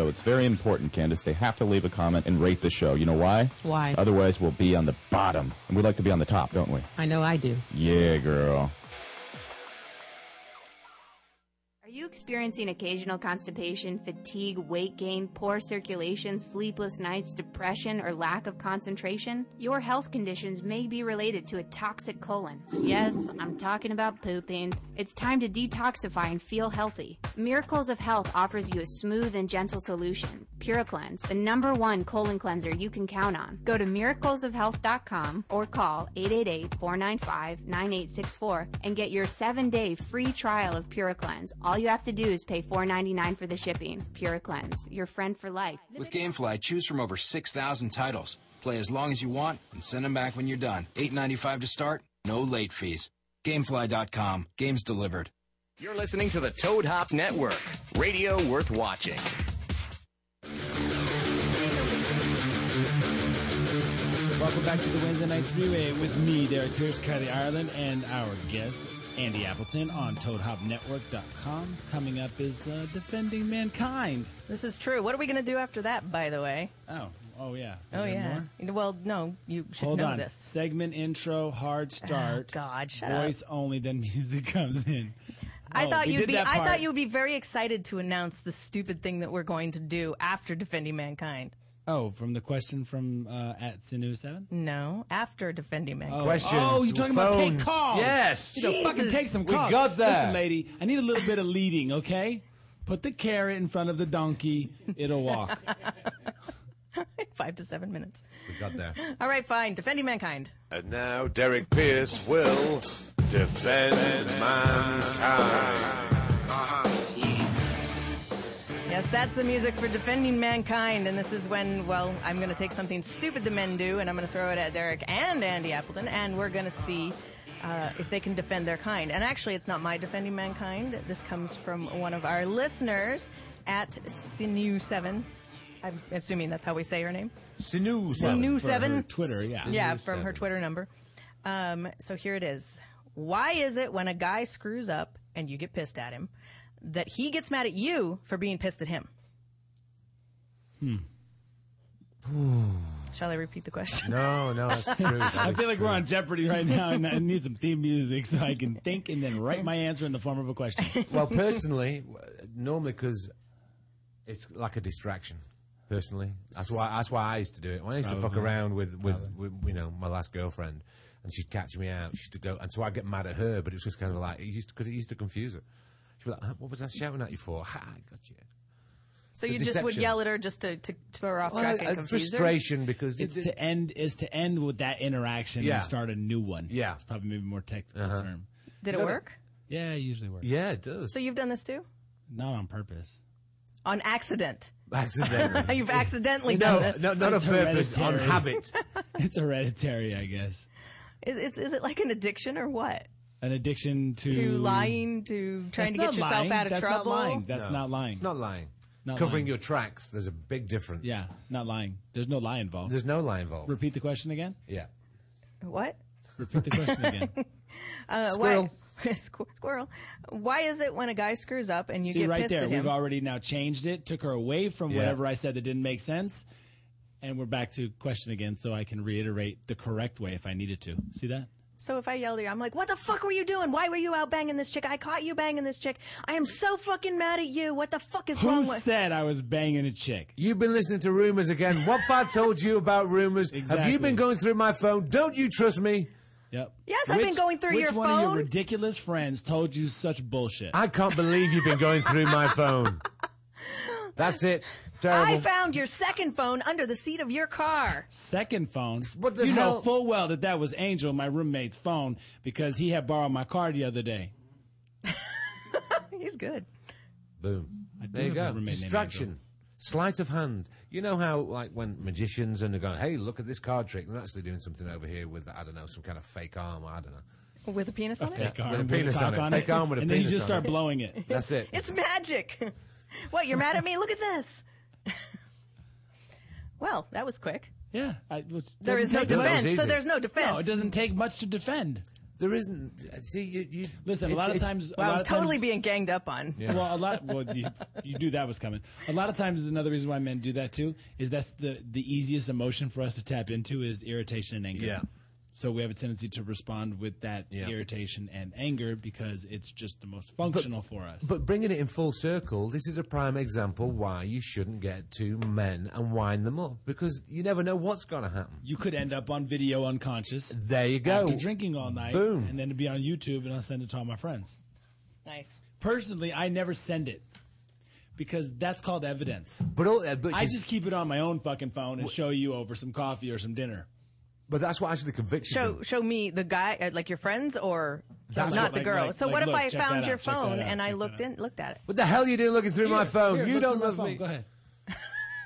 It's very important, Candace. They have to leave a comment and rate the show. You know why?
Why?
Otherwise, we'll be on the bottom. And we like to be on the top, don't we?
I know I do.
Yeah, girl.
Are you experiencing occasional constipation, fatigue, weight gain, poor circulation, sleepless nights, depression, or lack of concentration? Your health conditions may be related to a toxic colon. Yes, I'm talking about pooping. It's time to detoxify and feel healthy. Miracles of Health offers you a smooth and gentle solution. PuraCleanse, the number one colon cleanser you can count on. Go to miraclesofhealth.com or call 888-495-9864 and get your 7-day free trial of PuraCleanse. All you have to do is pay $4.99 for the shipping. PuraCleanse, your friend for life.
With GameFly, choose from over 6,000 titles. Play as long as you want and send them back when you're done. 8.95 to start, no late fees. Gamefly.com. Games delivered.
You're listening to the Toad Hop Network. Radio worth watching.
Welcome back to the Wednesday Night Three Way with me, Derek Pierce, Kylie Ireland, and our guest, Andy Appleton, on ToadHopNetwork.com. Coming up is uh, Defending Mankind.
This is true. What are we going to do after that? By the way.
Oh, oh yeah. Is
Oh
there
yeah.
more?
Well, no, you should
Hold
know
on.
this. Oh,
Segment intro, hard start.
God, shut up.
Voice only, then music comes in.
I
Oh,
thought
we
you'd
did
be.
that
I
part.
thought you'd be very excited to announce the stupid thing that we're going to do after defending mankind.
Oh, from the question from uh, at Sinew Seven.
No, after defending mankind.
Questions.
Oh, you're talking about take
phones.
calls.
Yes.
You know, fucking
Jesus.
take some
We
calls.
got that.
Listen, lady, I need a little bit of leading, okay? Put the carrot in front of the donkey, it'll walk.
Five to seven minutes.
We got there.
All right, fine. Defending mankind.
And now Derek Pierce will defend mankind.
Yes, that's the music for defending mankind, and this is when, well, I'm going to take something stupid the men do, and I'm going to throw it at Derek and Andy Appleton, and we're going to see uh, if they can defend their kind. And actually, it's not my defending mankind. This comes from one of our listeners at Sinew7. I'm assuming that's how we say her name.
Sinu
Sinu Seven.
Twitter, yeah.
Yeah,
Sinu
from her
Seven.
Twitter number. Um, so here it is. Why is it when a guy screws up and you get pissed at him that he gets mad at you for being pissed at him?
Hmm.
Shall I repeat the question?
No, no, that's true. That
I
is
feel like
true.
we're on Jeopardy right now, and I need some theme music so I can think and then write my answer in the form of a question.
well, personally, w- normally because it's like a distraction. Personally, that's why that's why I used to do it. When I used to fuck
Probably.
around with with, with you know my last girlfriend, and she'd catch me out. She used to go, and so I would get mad at her, but it was just kind of like it used because it used to confuse her. She'd be like, "Huh, "What was I shouting at you for?" Ha, I got you.
So
The
you just would
deception.
yell at her just to, to throw her off
Well,
track
uh,
and confuse her?
frustration because
It's
it's
to end is to end with that interaction
Yeah.
and start a new one.
Yeah.
it's probably maybe a more technical
Uh-huh.
term.
Did it
No, no.
work?
Yeah, it usually works.
yeah, it does.
So you've done this too?
Not on purpose.
On accident.
Accidentally.
You've accidentally
no,
done this.
no, not on
It's
purpose, on
hereditary.
habit.
It's hereditary, I guess.
Is, is, is it like an addiction or what?
An addiction to
To
Mm.
lying, to trying
That's
to get
not
yourself
lying.
out of
That's
trouble?
Not lying. That's
No,
not lying.
It's not lying.
Not
it's covering
lying.
your tracks. There's a big difference.
Yeah, not lying. There's no lie involved.
There's no lie involved.
Repeat the question again.
Yeah.
What?
Repeat the question again.
Uh,
Squirrel.
Why, Squ- squirrel. Why is it when a guy screws up and you
See
get
right
pissed
there,
at him?
we've already now changed it. Took her away from
Yeah.
whatever I said that didn't make sense, and we're back to question again. So I can reiterate the correct way if I needed to. See that?
so if I yelled at you, I'm like, "What the fuck were you doing? Why were you out banging this chick? I caught you banging this chick. I am so fucking mad at you. What the fuck is
Who
wrong with?"
said I was banging a chick?
You've been listening to rumors again. What have I told you about rumors? Have
Exactly.
you been going through my phone? Don't you trust me?
Yep.
Yes, I've been going through
which
your
one of your
phone.
ridiculous friends told you such bullshit?
I can't believe you've been going through my phone. That's it. Terrible.
I found your second phone under the seat of your car.
Second phone.
What the
you know
hell?
full well that that was Angel, my roommate's phone, because he had borrowed my car the other day.
He's good.
Boom.
do
There you
have a
go.
roommate named Angel.
Distraction. Sleight of hand. You know how, like, when magicians and they're going, hey, look at this card trick. They're actually doing something over here with, I don't know, some kind of fake arm. I don't know.
With a penis on it.
Fake arm
a
with
penis
cock
on it. Fake arm with a
and then you
penis
just
on
start
it.
blowing it.
That's it.
It's magic. what? You're mad at me? Look at this. well, that was quick.
Yeah, I, which
There is
doesn't
no
take much.
That
defense.
was
So
easy.
there's no defense.
No, it doesn't take much to defend.
There isn't. See, you. you
Listen, a
it's-
lot of
it's-
times, a
Wow,
lot
I'm
of times-
totally being ganged up on.
Well, a lot. Well, you, you knew that was coming. A lot of times, another reason why men do that too is that's the the easiest emotion for us to tap into is irritation and anger.
Yeah.
So we have a tendency to respond with that
Yeah.
irritation and anger because it's just the most functional for us.
But bringing it in full circle, this is a prime example why you shouldn't get two men and wind them up because you never know what's going to happen.
you could end up on video unconscious.
There you go.
After drinking all night,
Boom.
and then to be on YouTube, and I'll send it to all my friends.
Nice.
Personally, I never send it because that's called evidence.
But
Oh,
all, uh, but,
I
she's-
just keep it on my own fucking phone and show you over some coffee or some dinner.
but that's what actually convicted
Show
them.
show me the guy, uh, like your friends, or
That's
not
what-
the
like-
girl.
like-
so
like,
what if
look,
I
check
found
that
your
out, check that
phone
out,
and I
check that
looked
out.
in, looked at it?
What the hell are you doing looking through my phone?
Here,
you
look
don't
through my
love
phone.
me.
Go ahead.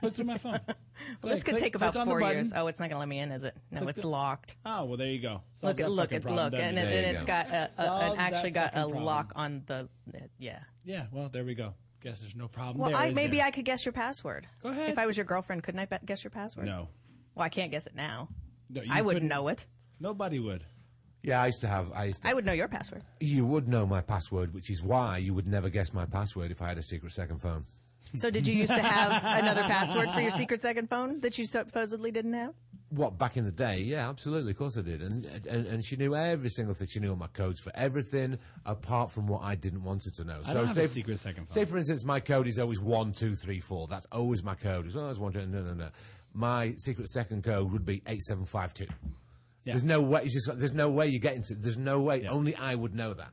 Look through my phone. Go
this
ahead,
could
click-
take about
click on the
four
button.
years. Oh, it's not gonna let me in, is it? No, it's
the-
locked.
Oh well, there you go.
Look
Solves
at
that
look
fucking
at
problem,
look,
doesn't
and
it?
then
There you
it's
go.
got a, a,
Solves
an
that
actually got a
fucking problem.
lock on the yeah.
yeah. Well, there we go. Guess there's no problem.
Well,
there,
I
is
maybe
there?
I could guess your password.
Go ahead.
If I was your girlfriend, couldn't I be- guess your password?
No,
Well, I can't guess it now.
No, you
I wouldn't
couldn't-
know it.
nobody would.
Yeah, I used to have. I used to.
I would know your password.
You would know my password, which is why you would never guess my password if I had a secret second phone.
So did you used to have another password for your secret second phone that you supposedly didn't have?
What back in the day? Yeah, absolutely, of course I did, and and, and she knew every single thing. She knew all my codes for everything, apart from what I didn't want her to know. So
don't have
say
a
f-
secret second phone.
Say for instance, my code is always one two three four. That's always my code. It's always one two. No, no, no. My secret second code would be eight seven five two. There's no way. It's just, there's no way you get into. There's no way. Only I would know that.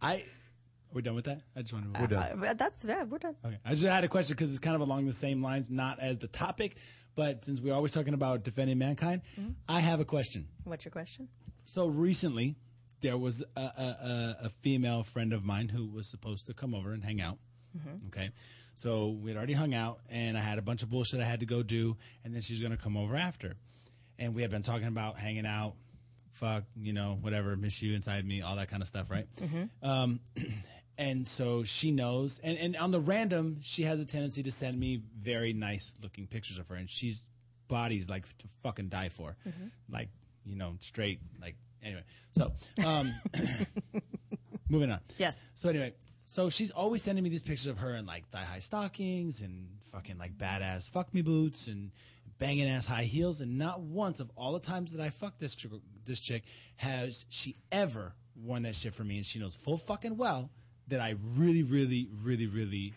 I. Are we done with that? I just wanted. to.
Would I?
Uh, but that's yeah, we're done.
Okay. I just had a question because it's kind of along the same lines, not as the topic, but since we're always talking about defending mankind,
Mm-hmm.
I have a question.
What's your question?
So recently, there was a, a, a, a female friend of mine who was supposed to come over and hang out. Okay. So we'd already hung out, and I had a bunch of bullshit I had to go do, and then she was going to come over after. And we had been talking about hanging out fuck, you know, whatever, miss you inside me, all that kind of stuff, right? Um, and so she knows. And, and on the random, she has a tendency to send me very nice looking pictures of her. And she's bodies like to fucking die for.
Mhm.
Like, you know, straight, like, anyway. So, um, moving on.
Yes.
So, anyway, so she's always sending me these pictures of her in like thigh high stockings and fucking like badass fuck me boots and banging ass high heels. And not once of all the times that I fucked this, chick this chick has she ever worn that shit for me. And she knows full fucking well that I really, really, really, really,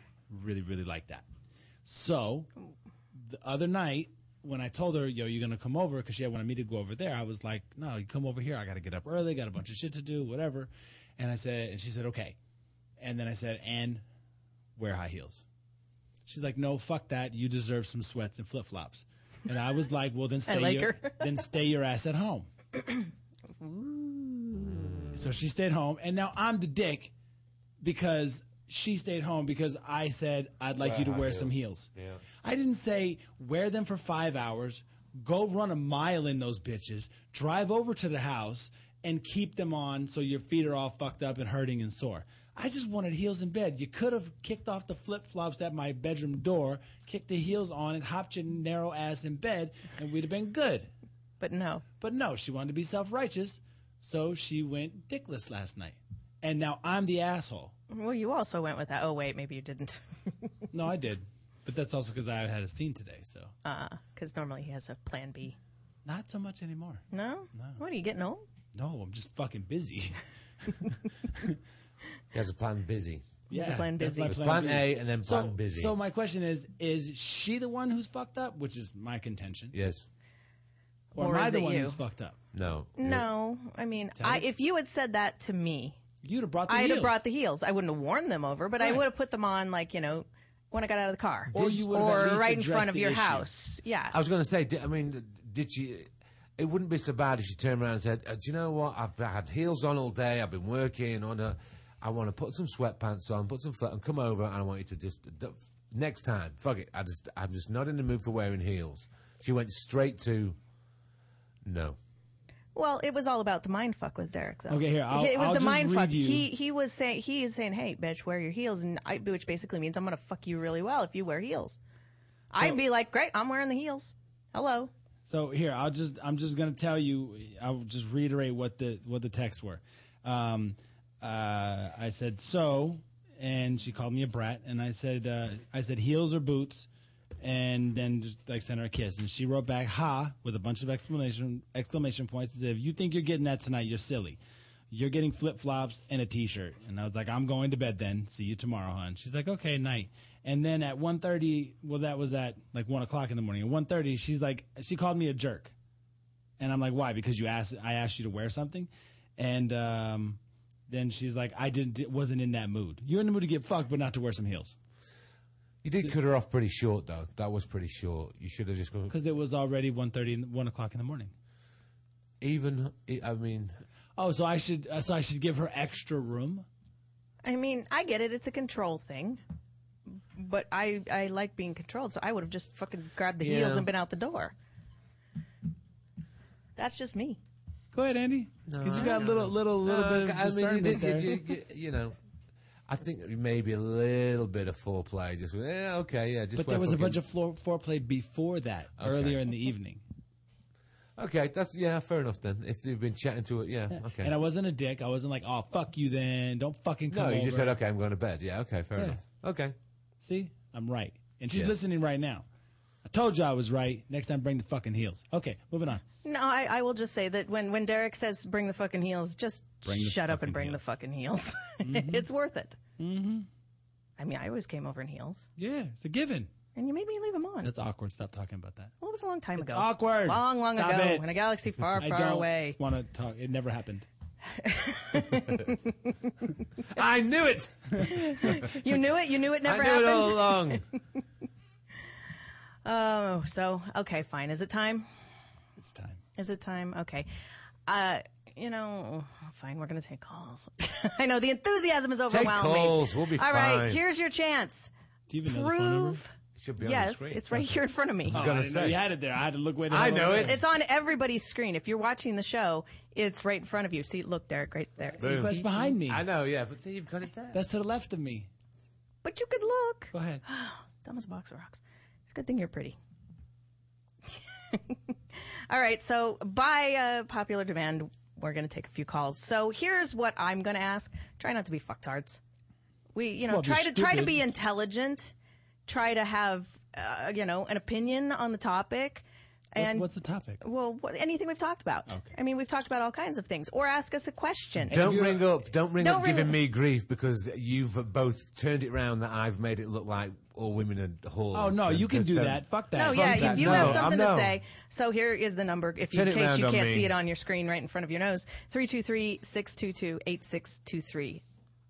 really, really like that. So the other night when I told her, yo, you're gonna come over because she had wanted me to go over there. I was like, no, you come over here. I gotta get up early. Got a bunch of shit to do, whatever. And I said, and she said, okay. And then I said, and wear high heels. She's like, no, fuck that. You deserve some sweats and flip flops. And I was like, well, then stay
like
your,
her.
then stay your ass at home. So she stayed home, and now I'm the dick because she stayed home because I said I'd like you to
high
wear some heels.
Yeah.
I didn't say wear them for five hours, go run a mile in those bitches, drive over to the house, and keep them on so your feet are all fucked up and hurting and sore. I just wanted heels in bed. You could have kicked off the flip flops at my bedroom door, kicked the heels on, and hopped your narrow ass in bed, and we'd have been good.
But no.
But no, she wanted to be self righteous, so she went dickless last night. And now I'm the asshole.
Well, you also went with that. Oh, wait, maybe you didn't.
No, I did. But that's also because I had a scene today, so.
Because normally he has a plan B.
Not so much anymore.
No? no? What are you getting old?
No, I'm just fucking busy.
He has a plan busy.
He's a plan
that's
busy.
my
There's plan A and then
so,
plan busy.
So my question is: Is she the one who's fucked up? Which is my contention.
Yes.
Or,
Or
am I
is
the
it
one
you?
who's fucked up?
No.
No, I mean, I, if you had said that to me,
you'd have brought. The
I'd
heels.
have brought the heels. I wouldn't have worn them over, but I would have put them on, like you know, when I got out of the car,
Or you would have at
Or
least
right in
addressed
front of
the
your
issue.
house. Yeah,
I was going to say, di- I mean, did she? It wouldn't be so bad if she turned around and said, uh, "Do you know what? I've had heels on all day. I've been working on a. I want to put some sweatpants on, put some flat, and come over, and I want you to just d- next time. Fuck it. I just, I'm just not in the mood for wearing heels. She went straight to, no.
Well, it was all about the mind fuck with Derek, though.
Okay, here, I'll-
it was
I'll
the
just
mind fuck.
read you-
He he was saying he is saying, "Hey, bitch, wear your heels," and I, which basically means I'm gonna fuck you really well if you wear heels. I'd be like, "Great, I'm wearing the heels." Hello.
So here, I'll just I'm just gonna tell you. I'll just reiterate what the what the texts were. Um, uh, I said so, and she called me a brat, and I said uh, I said heels or boots, and then just like sent her a kiss, and she wrote back ha with a bunch of exclamation exclamation points. As if you think you're getting that tonight, you're silly. You're getting flip flops and a t-shirt, and I was like, I'm going to bed then. See you tomorrow, hon. She's like, okay, night. And then at 1.30, well, that was at like one o'clock in the morning. At 1.30, she's like, she called me a jerk, and I'm like, why? Because you asked, I asked you to wear something, and um, then she's like, I didn't, wasn't in that mood. You're in the mood to get fucked, but not to wear some heels
You did cut her off pretty short, though. That was pretty short. You should have just gone.
because it was already 1.30, and 1 o'clock in the morning.
Even, I mean,
Oh, so I should, uh, so I should give her extra room.
I mean, I get it. It's a control thing, but I I like being controlled, so I would have just fucking grabbed the heels
Yeah.
and been out the door. That's just me.
Go ahead, Andy, because you got a little, little, little bit of
I mean, you,
discernment
did,
there.
you, you, Um, you know. I think maybe a little bit of foreplay. Just yeah, okay, yeah. Just
but
wear
there was a
fucking-
bunch of floor, foreplay before that,
Okay.
earlier in the evening.
Okay, that's yeah, fair enough then. If they've been chatting to it, yeah, okay.
And I wasn't a dick. I wasn't like, oh, fuck you then. Don't fucking
no,
come
you just said
over."
okay, I'm going to bed. Yeah, okay, fair
Yeah.
enough. Okay,
See, I'm right. And she's
Yeah.
listening right now. I told you I was right. Next time, bring the fucking heels. Okay, moving on.
No, I, I will just say that when, when Derek says bring the fucking heels, just
Bring the
shut up and bring the fucking heels. it's worth it. Mm-hmm. I mean, I always came over in heels,
Yeah, it's a given.
and you made me leave them on.
That's awkward. Stop talking about that.
well, it was a long time ago.
awkward.
Long, long
Stop
ago,
it.
in a galaxy far,
I
far
don't
away.
want to talk. It never happened.
I knew it.
You knew it. You knew it never
I knew
happened.
it all along.
Oh, so okay, fine. Is it time?
It's time.
Is it time? Okay. Uh, you know, fine. We're gonna take calls. I know the enthusiasm is
Take
overwhelming.
calls. We'll be
All right,
fine.
here's your chance.
Do you even know the phone number?
Prove
should be on the
Yes,
screen.
it's right here in front of me.
I was going to
didn't know
say.
you had it there. I had to look way. the
I
hell
know
over
it.
It's on everybody's screen. If you're watching the show, it's right in front of you. See, look, Derek, right there. See,
Boom.
see,
That's
see.
behind me.
I know, yeah, but you've got it there.
That's to the left of me.
But you could look.
Go ahead.
Dumb as a box of rocks. It's a good thing you're pretty. All right, so by uh, popular demand, we're going to take a few calls. So here's what I'm going to ask: Try not to be fucktards. We, you know,
Well, if
try to
you're
try to
stupid-
be intelligent. Try to have, uh, you know, an opinion on the topic. And
what's the topic?
Well, what, anything we've talked about. I mean, we've talked about all kinds of things. Or ask us a question.
Don't ring up. Don't ring
Don't
up
ring-
giving me grief because you've both turned it round that I've made it look like all women are whores.
Oh, no,
and
you can
just
do
don't-
that. Fuck
No, oh, yeah. If you
No,
have
I'm
something to
no.
say, so here is the number. If you,
Turn
in
it
case you
round on
can't
me.
see it on your screen right in front of your nose, 323-622-8623.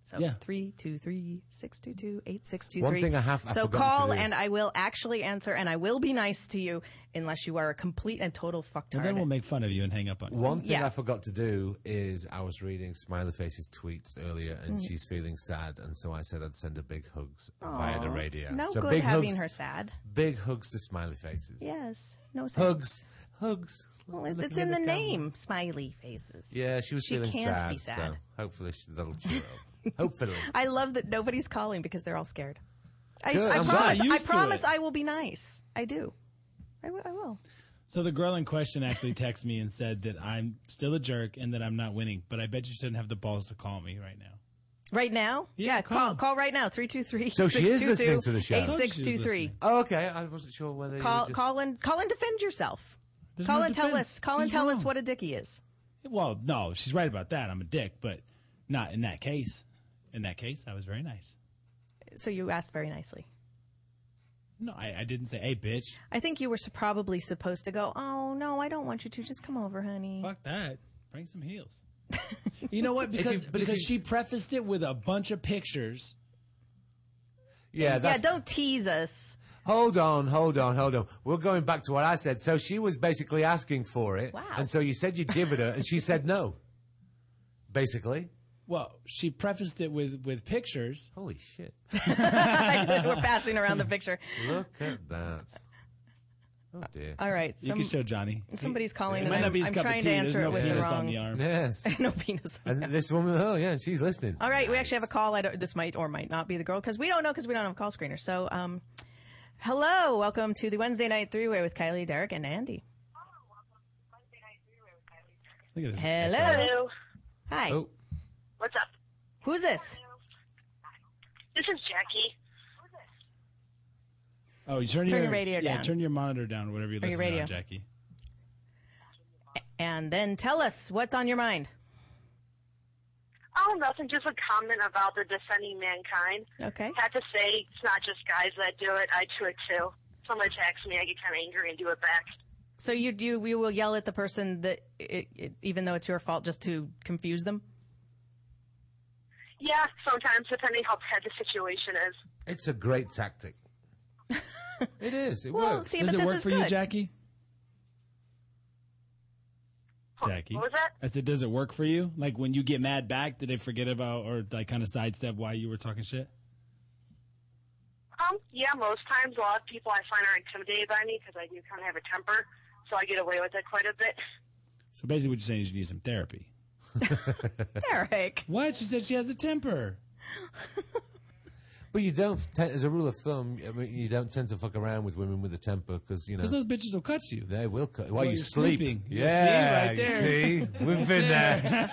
So
Yeah.
323-622-8623.
One thing I have- I've
So
forgotten to
call
do.
and I will actually answer and I will be nice to you unless you are a complete and total fucktard.
Well, then we'll make fun of you and hang up on you.
One thing
Yeah.
I forgot to do is I was reading Smiley Face's tweets earlier, and
Mm.
she's feeling sad, and so I said I'd send her big hugs via the
Aw.
radio.
No
so
good
big
having
hugs,
her sad.
Big hugs to Smiley Faces.
Yes. No sad.
Hugs. Hugs.
Well,
Looking
it's
at
in the,
the camera.
name, smiley faces.
Yeah, she was
she
feeling
can't
sad,
be sad.
So hopefully she, that'll cheer her up. hopefully.
I love that nobody's calling because they're all scared. I,
Good,
I
I'm
promise.
glad.
I
Used to
promise.
it.
I will be nice. I do. I wi- I will.
So the girl in question actually texted me and said that I'm still a jerk and that I'm not winning, but I bet you shouldn't have the balls to call me right now.
Right now? Yeah, call call right now 323
So she is listening to the show.
8623.
Oh, okay. I wasn't sure whether you
Call
were just...
call and call and defend yourself.
There's
call
no
and tell
defense.
us call and
She's
tell us
wrong.
what a dick he is.
Well, no, she's right about that. I'm a dick, but not in that case. In that case, I was very nice.
So you asked very nicely.
No, I, I didn't say, "Hey, bitch."
I think you were s- probably supposed to go, "Oh, no, I don't want you to. Just come over, honey."
Fuck that. Bring some heels.
You know what?
If you-
Because
but if
because
you-
she prefaced it with a bunch of pictures.
Yeah,
yeah,
that's
don't tease us.
Hold on, hold on, hold on. We're going back to what I said. So she was basically asking for it. Wow. And so you said you'd give it her, and she said no. Basically.
Well, she prefaced it with with pictures.
Holy shit!
Actually, we're passing around the picture.
Look at that. Oh, dear.
All right,
you
some-
can show Johnny.
Somebody's
It
calling and
might not
I'm,
be his
I'm
cup of
trying
tea.
to
There's
answer
no
it with the
penis
wrong
on the arm.
Yes.
no penis.
And this woman, oh, yeah, she's listening.
All right, we actually have a call. I don't, this might or might not be the girl because we don't know because we don't have a call screener. So, um, hello, welcome to the Wednesday night three way with Kylie, Derek, and Andy.
Look at this.
Hello.
Hello.
Hi.
Oh.
What's up?
Who's this?
This is Jackie.
Oh, you turn,
Turn your radio
yeah,
down.
turn your monitor down, whatever you're
Or your
listening
radio.
on, Jackie.
And then tell us what's on your mind.
Oh, nothing. Just a comment about the defending mankind.
Okay.
Had to say, it's not just guys that do it. I do it too. Someone attacks me, I get kind of angry and do it back.
So you do you will yell at the person that it, it, even though it's your fault just to confuse them.
Yeah, sometimes depending how bad the situation is.
It's a great tactic. it is. It
Well,
works.
see, Does but it this work is for you, good.
Jackie? Jackie,
what was that?
I said, does it work for you? Like when you get mad back, do they forget about or like kind of sidestep why you were talking shit?
Um, yeah, most times a lot of people I find are intimidated by me because I do kind of have a temper, so I get away with it quite a bit.
So basically, what you're saying is you need some therapy.
Derek.
What? She said she has a temper.
But you don't, te- as a rule of thumb, I mean, you don't tend to fuck around with women with a temper because, you know.
Because those bitches will cut you.
They will cut while
While
you
you're
sleep.
sleeping. You
Yeah,
see, right there.
you see? we've been
Right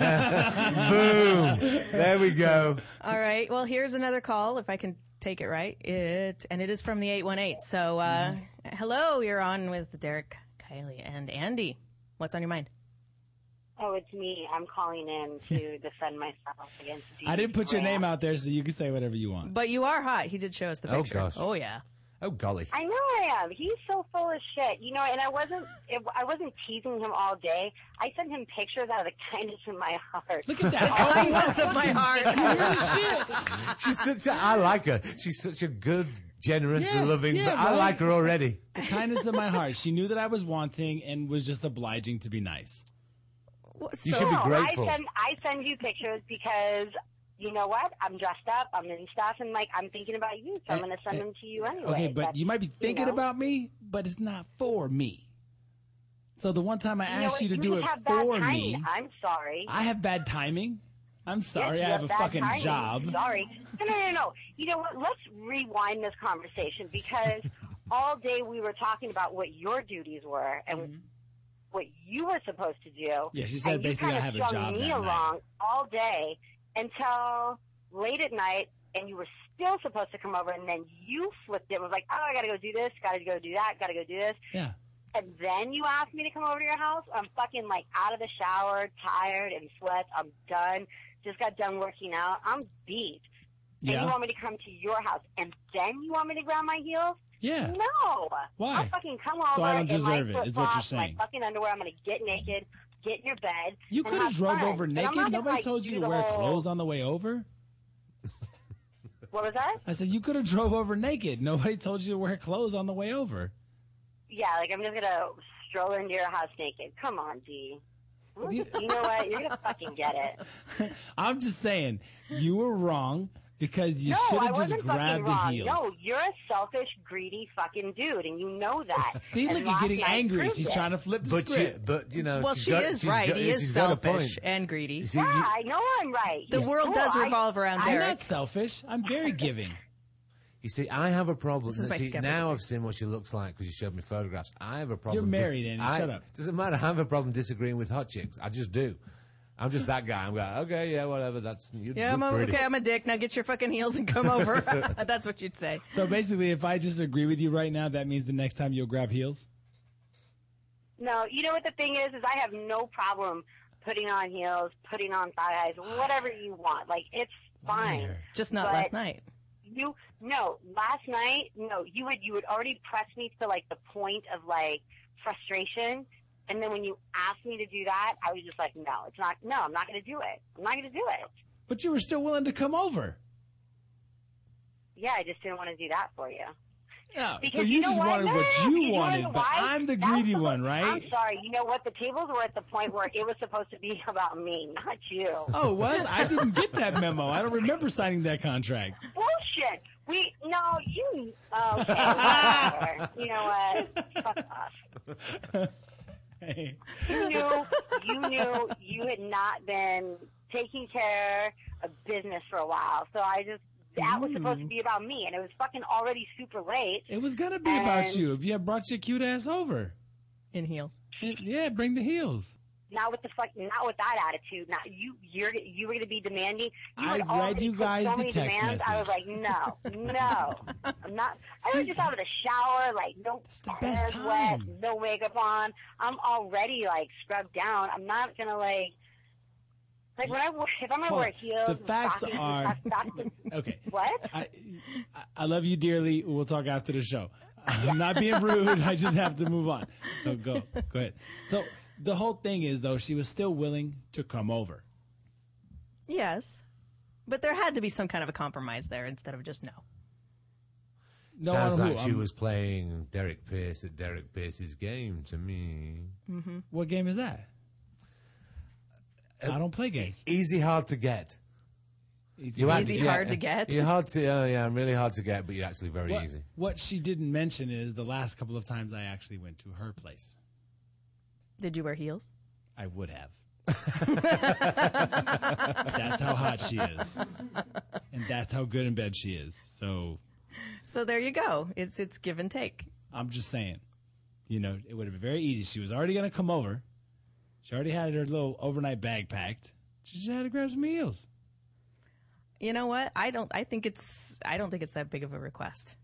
there. Boom! There we go.
All right. Well, here's another call if I can take it right. It and it is from the 818. So, uh, hello, you're on with Derek, Kylie, and Andy. What's on your mind?
Oh, it's me. I'm calling in to defend myself against.
I didn't put your name out there, so you can say whatever you want.
But you are hot. He did show us the
Oh,
picture.
gosh.
Oh yeah.
Oh golly.
I know I am. He's so full of shit, you know. And I wasn't. It, I wasn't teasing him all day. I sent him pictures out of the kindness of my heart. Look at that.
kindness of my heart.
She's
Uh,
such a, I like her. She's such a good, generous,
Yeah,
loving,
yeah,
I
right.
like her already.
The kindness of my heart. She knew that I was wanting and was just obliging to be nice.
You
should be grateful.
I send, I send you pictures because you know what? I'm dressed up. I'm in stuff, and like I'm thinking about you, so I'm
And-
going to send
and-
them to you anyway.
Okay, but
That's-
you might be thinking
know?
about me, but it's not for me. So the one time I
You know
asked you,
what?
to do
just
it
have bad
for
timing.
me,
I'm sorry.
I have bad timing. I'm sorry,
Yes,
I
you
have a
bad
fucking
timing.
job.
Sorry. No, no, no, no. You know what? Let's rewind this conversation because all day we were talking about what your duties were and what you were supposed to do.
Yeah, she said
and you
basically,
kinda
"I have a
strung
job
me
that night."
along all day until late at night, and you were still supposed to come over, and then you flipped it. Was like, "Oh, I got to go do this. Got to go do that. Got to go do this."
Yeah.
And then you asked me to come over to your house. I'm fucking like out of the shower, tired and sweats. I'm done. Just got done working out. I'm beat. And
Yeah.
you want me to come to your house, and then you want me to grab my heels?
Yeah.
No.
Why?
I'll fucking come over.
So I don't
in
deserve
my
it, is what you're
flip-flops,
saying.
My fucking underwear. I'm gonna get naked, get in your bed.
You
and
could have drove
fun.
over
And I'm not
naked.
gonna,
Nobody
like,
told
do
you to
the
wear
whole-
clothes on the way over.
What was that?
I said you could have drove over naked. Nobody told you to wear clothes on the way over.
Yeah, like I'm just gonna stroll into your house naked. Come on, D. You know what? You're gonna fucking get it.
I'm just saying you were wrong because you
no,
should
I
have just
wasn't fucking
grabbed the
wrong.
heels.
No, you're a selfish, greedy fucking dude, and you know that.
See,
And
look, you're
last
getting
night
angry.
proved
She's
it.
trying to flip the
But you-
script.
but, you know,
well,
she's
she
got-
is
she's
right.
got-
he is
she's got a
selfish
point.
and greedy.
yeah, I know I'm right.
The world does
No, I-
revolve around
I-
I'm
Derek.
not selfish. I'm very giving.
You see, I have a problem.
This is my
see,
skeptic.
now I've seen what she looks like because you showed me photographs. I have a problem.
You're married, Andy.
I-
Shut up.
Doesn't matter. I have a problem disagreeing with hot chicks. I just do. I'm just that guy. I'm like, okay, yeah, whatever. That's you.
Yeah, I'm
look
a,
pretty.
okay. I'm a dick. Now get your fucking heels and come over. That's what you'd say.
So basically, if I disagree with you right now, that means the next time you'll grab heels.
No, you know what the thing is? Is I have no problem putting on heels, putting on thigh highs, whatever you want. Like it's fine.
Just not
But
last night.
You no, last night no. You would you would already press me to like the point of like frustration, and then when you asked me to do that, I was just like, no, it's not. No, I'm not going to do it. I'm not going to do it.
But you were still willing to come over.
Yeah, I just didn't want to do that for you.
No,
Because
so you,
know
just
what?
wanted
No, no, no,
what you,
because wanna
wanted,
know
but
why?
I'm the
That's
greedy
supposed-
one, right?
I'm sorry. You know what? The tables were at the point where it was supposed to be about me, not you.
Oh, it was? I didn't get that memo. I don't remember signing that contract.
bullshit. We no, you okay? whatever. you know what? Fuck off.
Hey.
You knew, you knew you had not been taking care of business for a while, so I just that was supposed to be about me, and it was fucking already super late.
It was going to be about
And-
you if you had brought your cute ass over.
In heels.
yeah, bring the heels.
Not with the fuck, not with that attitude. Not you. You're you were gonna be demanding. You
I
had
read
already
you
put
guys
so
the
many
text
demands. I was like,
message.
no, no, I'm not. I was just out of the shower, like no
best
hair wet, no makeup on. I'm already like scrubbed down. I'm not gonna like. Like when I wear, if I'm gonna
Hold
wear
on.
heels,
The
and
facts
stockings and
are-
stuff, stockings-
Okay.
what?
I, I- I love you dearly. We'll talk after the show. I'm not being rude. I just have to move on. So go, go ahead. So the whole thing is though, she was still willing to come over.
Yes, but there had to be some kind of a compromise there instead of just no.
No,
Sounds
I don't
like
know.
she
I'm-
was playing Derek Pierce at Derek Pierce's game to me.
What game is that? I don't play games.
Easy, hard to get.
Easy,
You act-
Easy,
yeah,
hard to get.
You're hard to. Oh yeah, I'm really hard to get, but you're actually very
What,
easy.
what she didn't mention is the last couple of times I actually went to her place,
Did you wear heels?
I would have. that's how hot she is, and that's how good in bed she is. So
So there you go. It's it's give and take.
I'm just saying, you know, it would have been very easy. She was already going to come over. She already had her little overnight bag packed. She just had to grab some meals.
You know what? I don't. I think it's. I don't think it's that big of a request.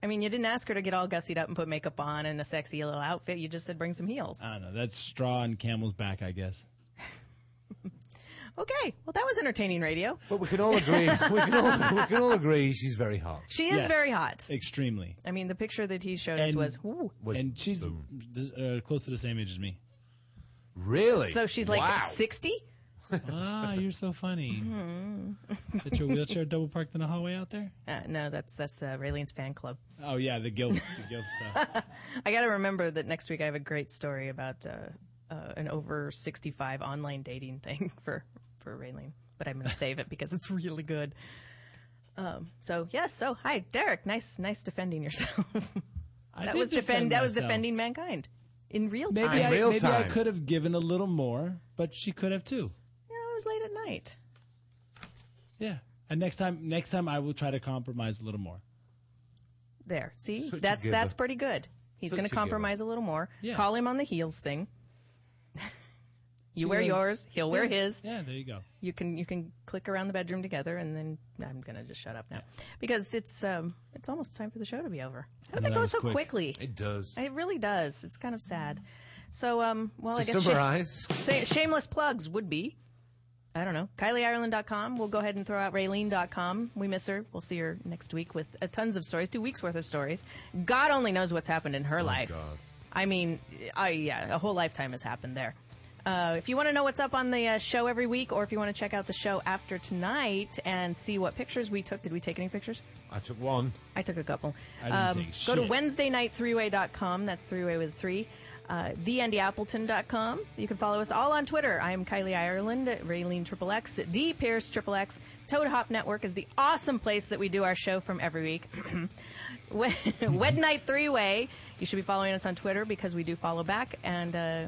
I mean, you didn't ask her to get all gussied up and put makeup on and a sexy little outfit. You just said bring some heels.
I don't know. That's straw and camel's back, I guess.
Okay. Well, that was entertaining radio.
But we can all agree. we, can all, we can all agree she's very hot.
She is very hot.
Extremely.
I mean, the picture that he showed us
And-
was. Ooh.
and she's uh, close to the same age as me.
Really?
So she's like sixty.
ah, you're so funny. Is that your wheelchair double parked in the hallway out there?
Uh, no, that's that's the Rayleen's fan club.
Oh, yeah, the guilt, the guilt stuff.
I got to remember that next week I have a great story about uh, uh, an over sixty-five online dating thing for for Raylene. but I'm going to save it because it's really good. Um, so yes, so hi, Derek. Nice, nice defending yourself.
I
that
did
was
defend
That was
myself.
defending mankind in real time.
Maybe I, maybe I could have given a little more, but she could have too.
You know, it was late at night.
Yeah. And next time, next time I will try to compromise a little more.
There, see,
Such a
that's
giver.
that's pretty good. He's
Such
going
a
to
giver.
compromise a little more.
Yeah.
Call him on the heels thing. you
She
wear
will-
yours. He'll wear
Yeah.
his.
Yeah, there you go.
You can you can click around the bedroom together, and then I'm going to just shut up now because it's um it's almost time for the show to be over. How did
No,
that
that
go
was
so
quick.
quickly?
It does.
It really does. It's kind of sad. So, um, well,
To
I guess
summarize.
sa- shameless plugs would be, I don't know, KylieIreland.com. We'll go ahead and throw out Raylene.com. We miss her. We'll see her next week with uh, tons of stories, two weeks worth of stories. God only knows what's happened in her life.
God.
I mean, I, yeah, a whole lifetime has happened there. Uh, if you want to know what's up on the uh, show every week, or if you want to check out the show after tonight and see what pictures we took, did we take any pictures?
I took one.
I took a couple. Um,
I didn't take
go to
shit.
WednesdayNightThreeWay.com. That's three way with three. Uh, TheAndyAppleton.com. You can follow us all on Twitter. I'm Kylie Ireland, Raylene Triple X, D Pierce Triple X. Toad Hop Network is the awesome place that we do our show from every week. Wed Wed Night Three Way. You should be following us on Twitter because we do follow back. And uh,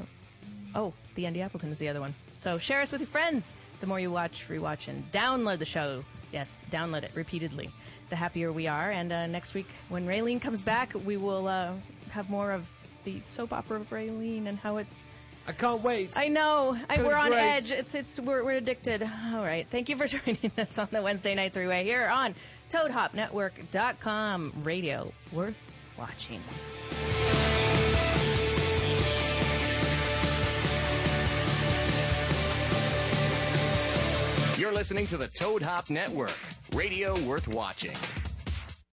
oh, The Andy Appleton is the other one. So share us with your friends. The more you watch, rewatch, and download the show. Yes, download it repeatedly. The happier we are. And uh, next week, when Raylene comes back, we will uh, have more of the soap opera of Raylene and how it.
I can't wait.
I know. I,
Gonna
we're
be
on
great.
edge. It's it's we're, we're addicted. All right. Thank you for joining us on the Wednesday Night Three Way here on ToadHopNetwork.com radio worth watching.
You're listening to the Toad Hop Network, radio worth watching.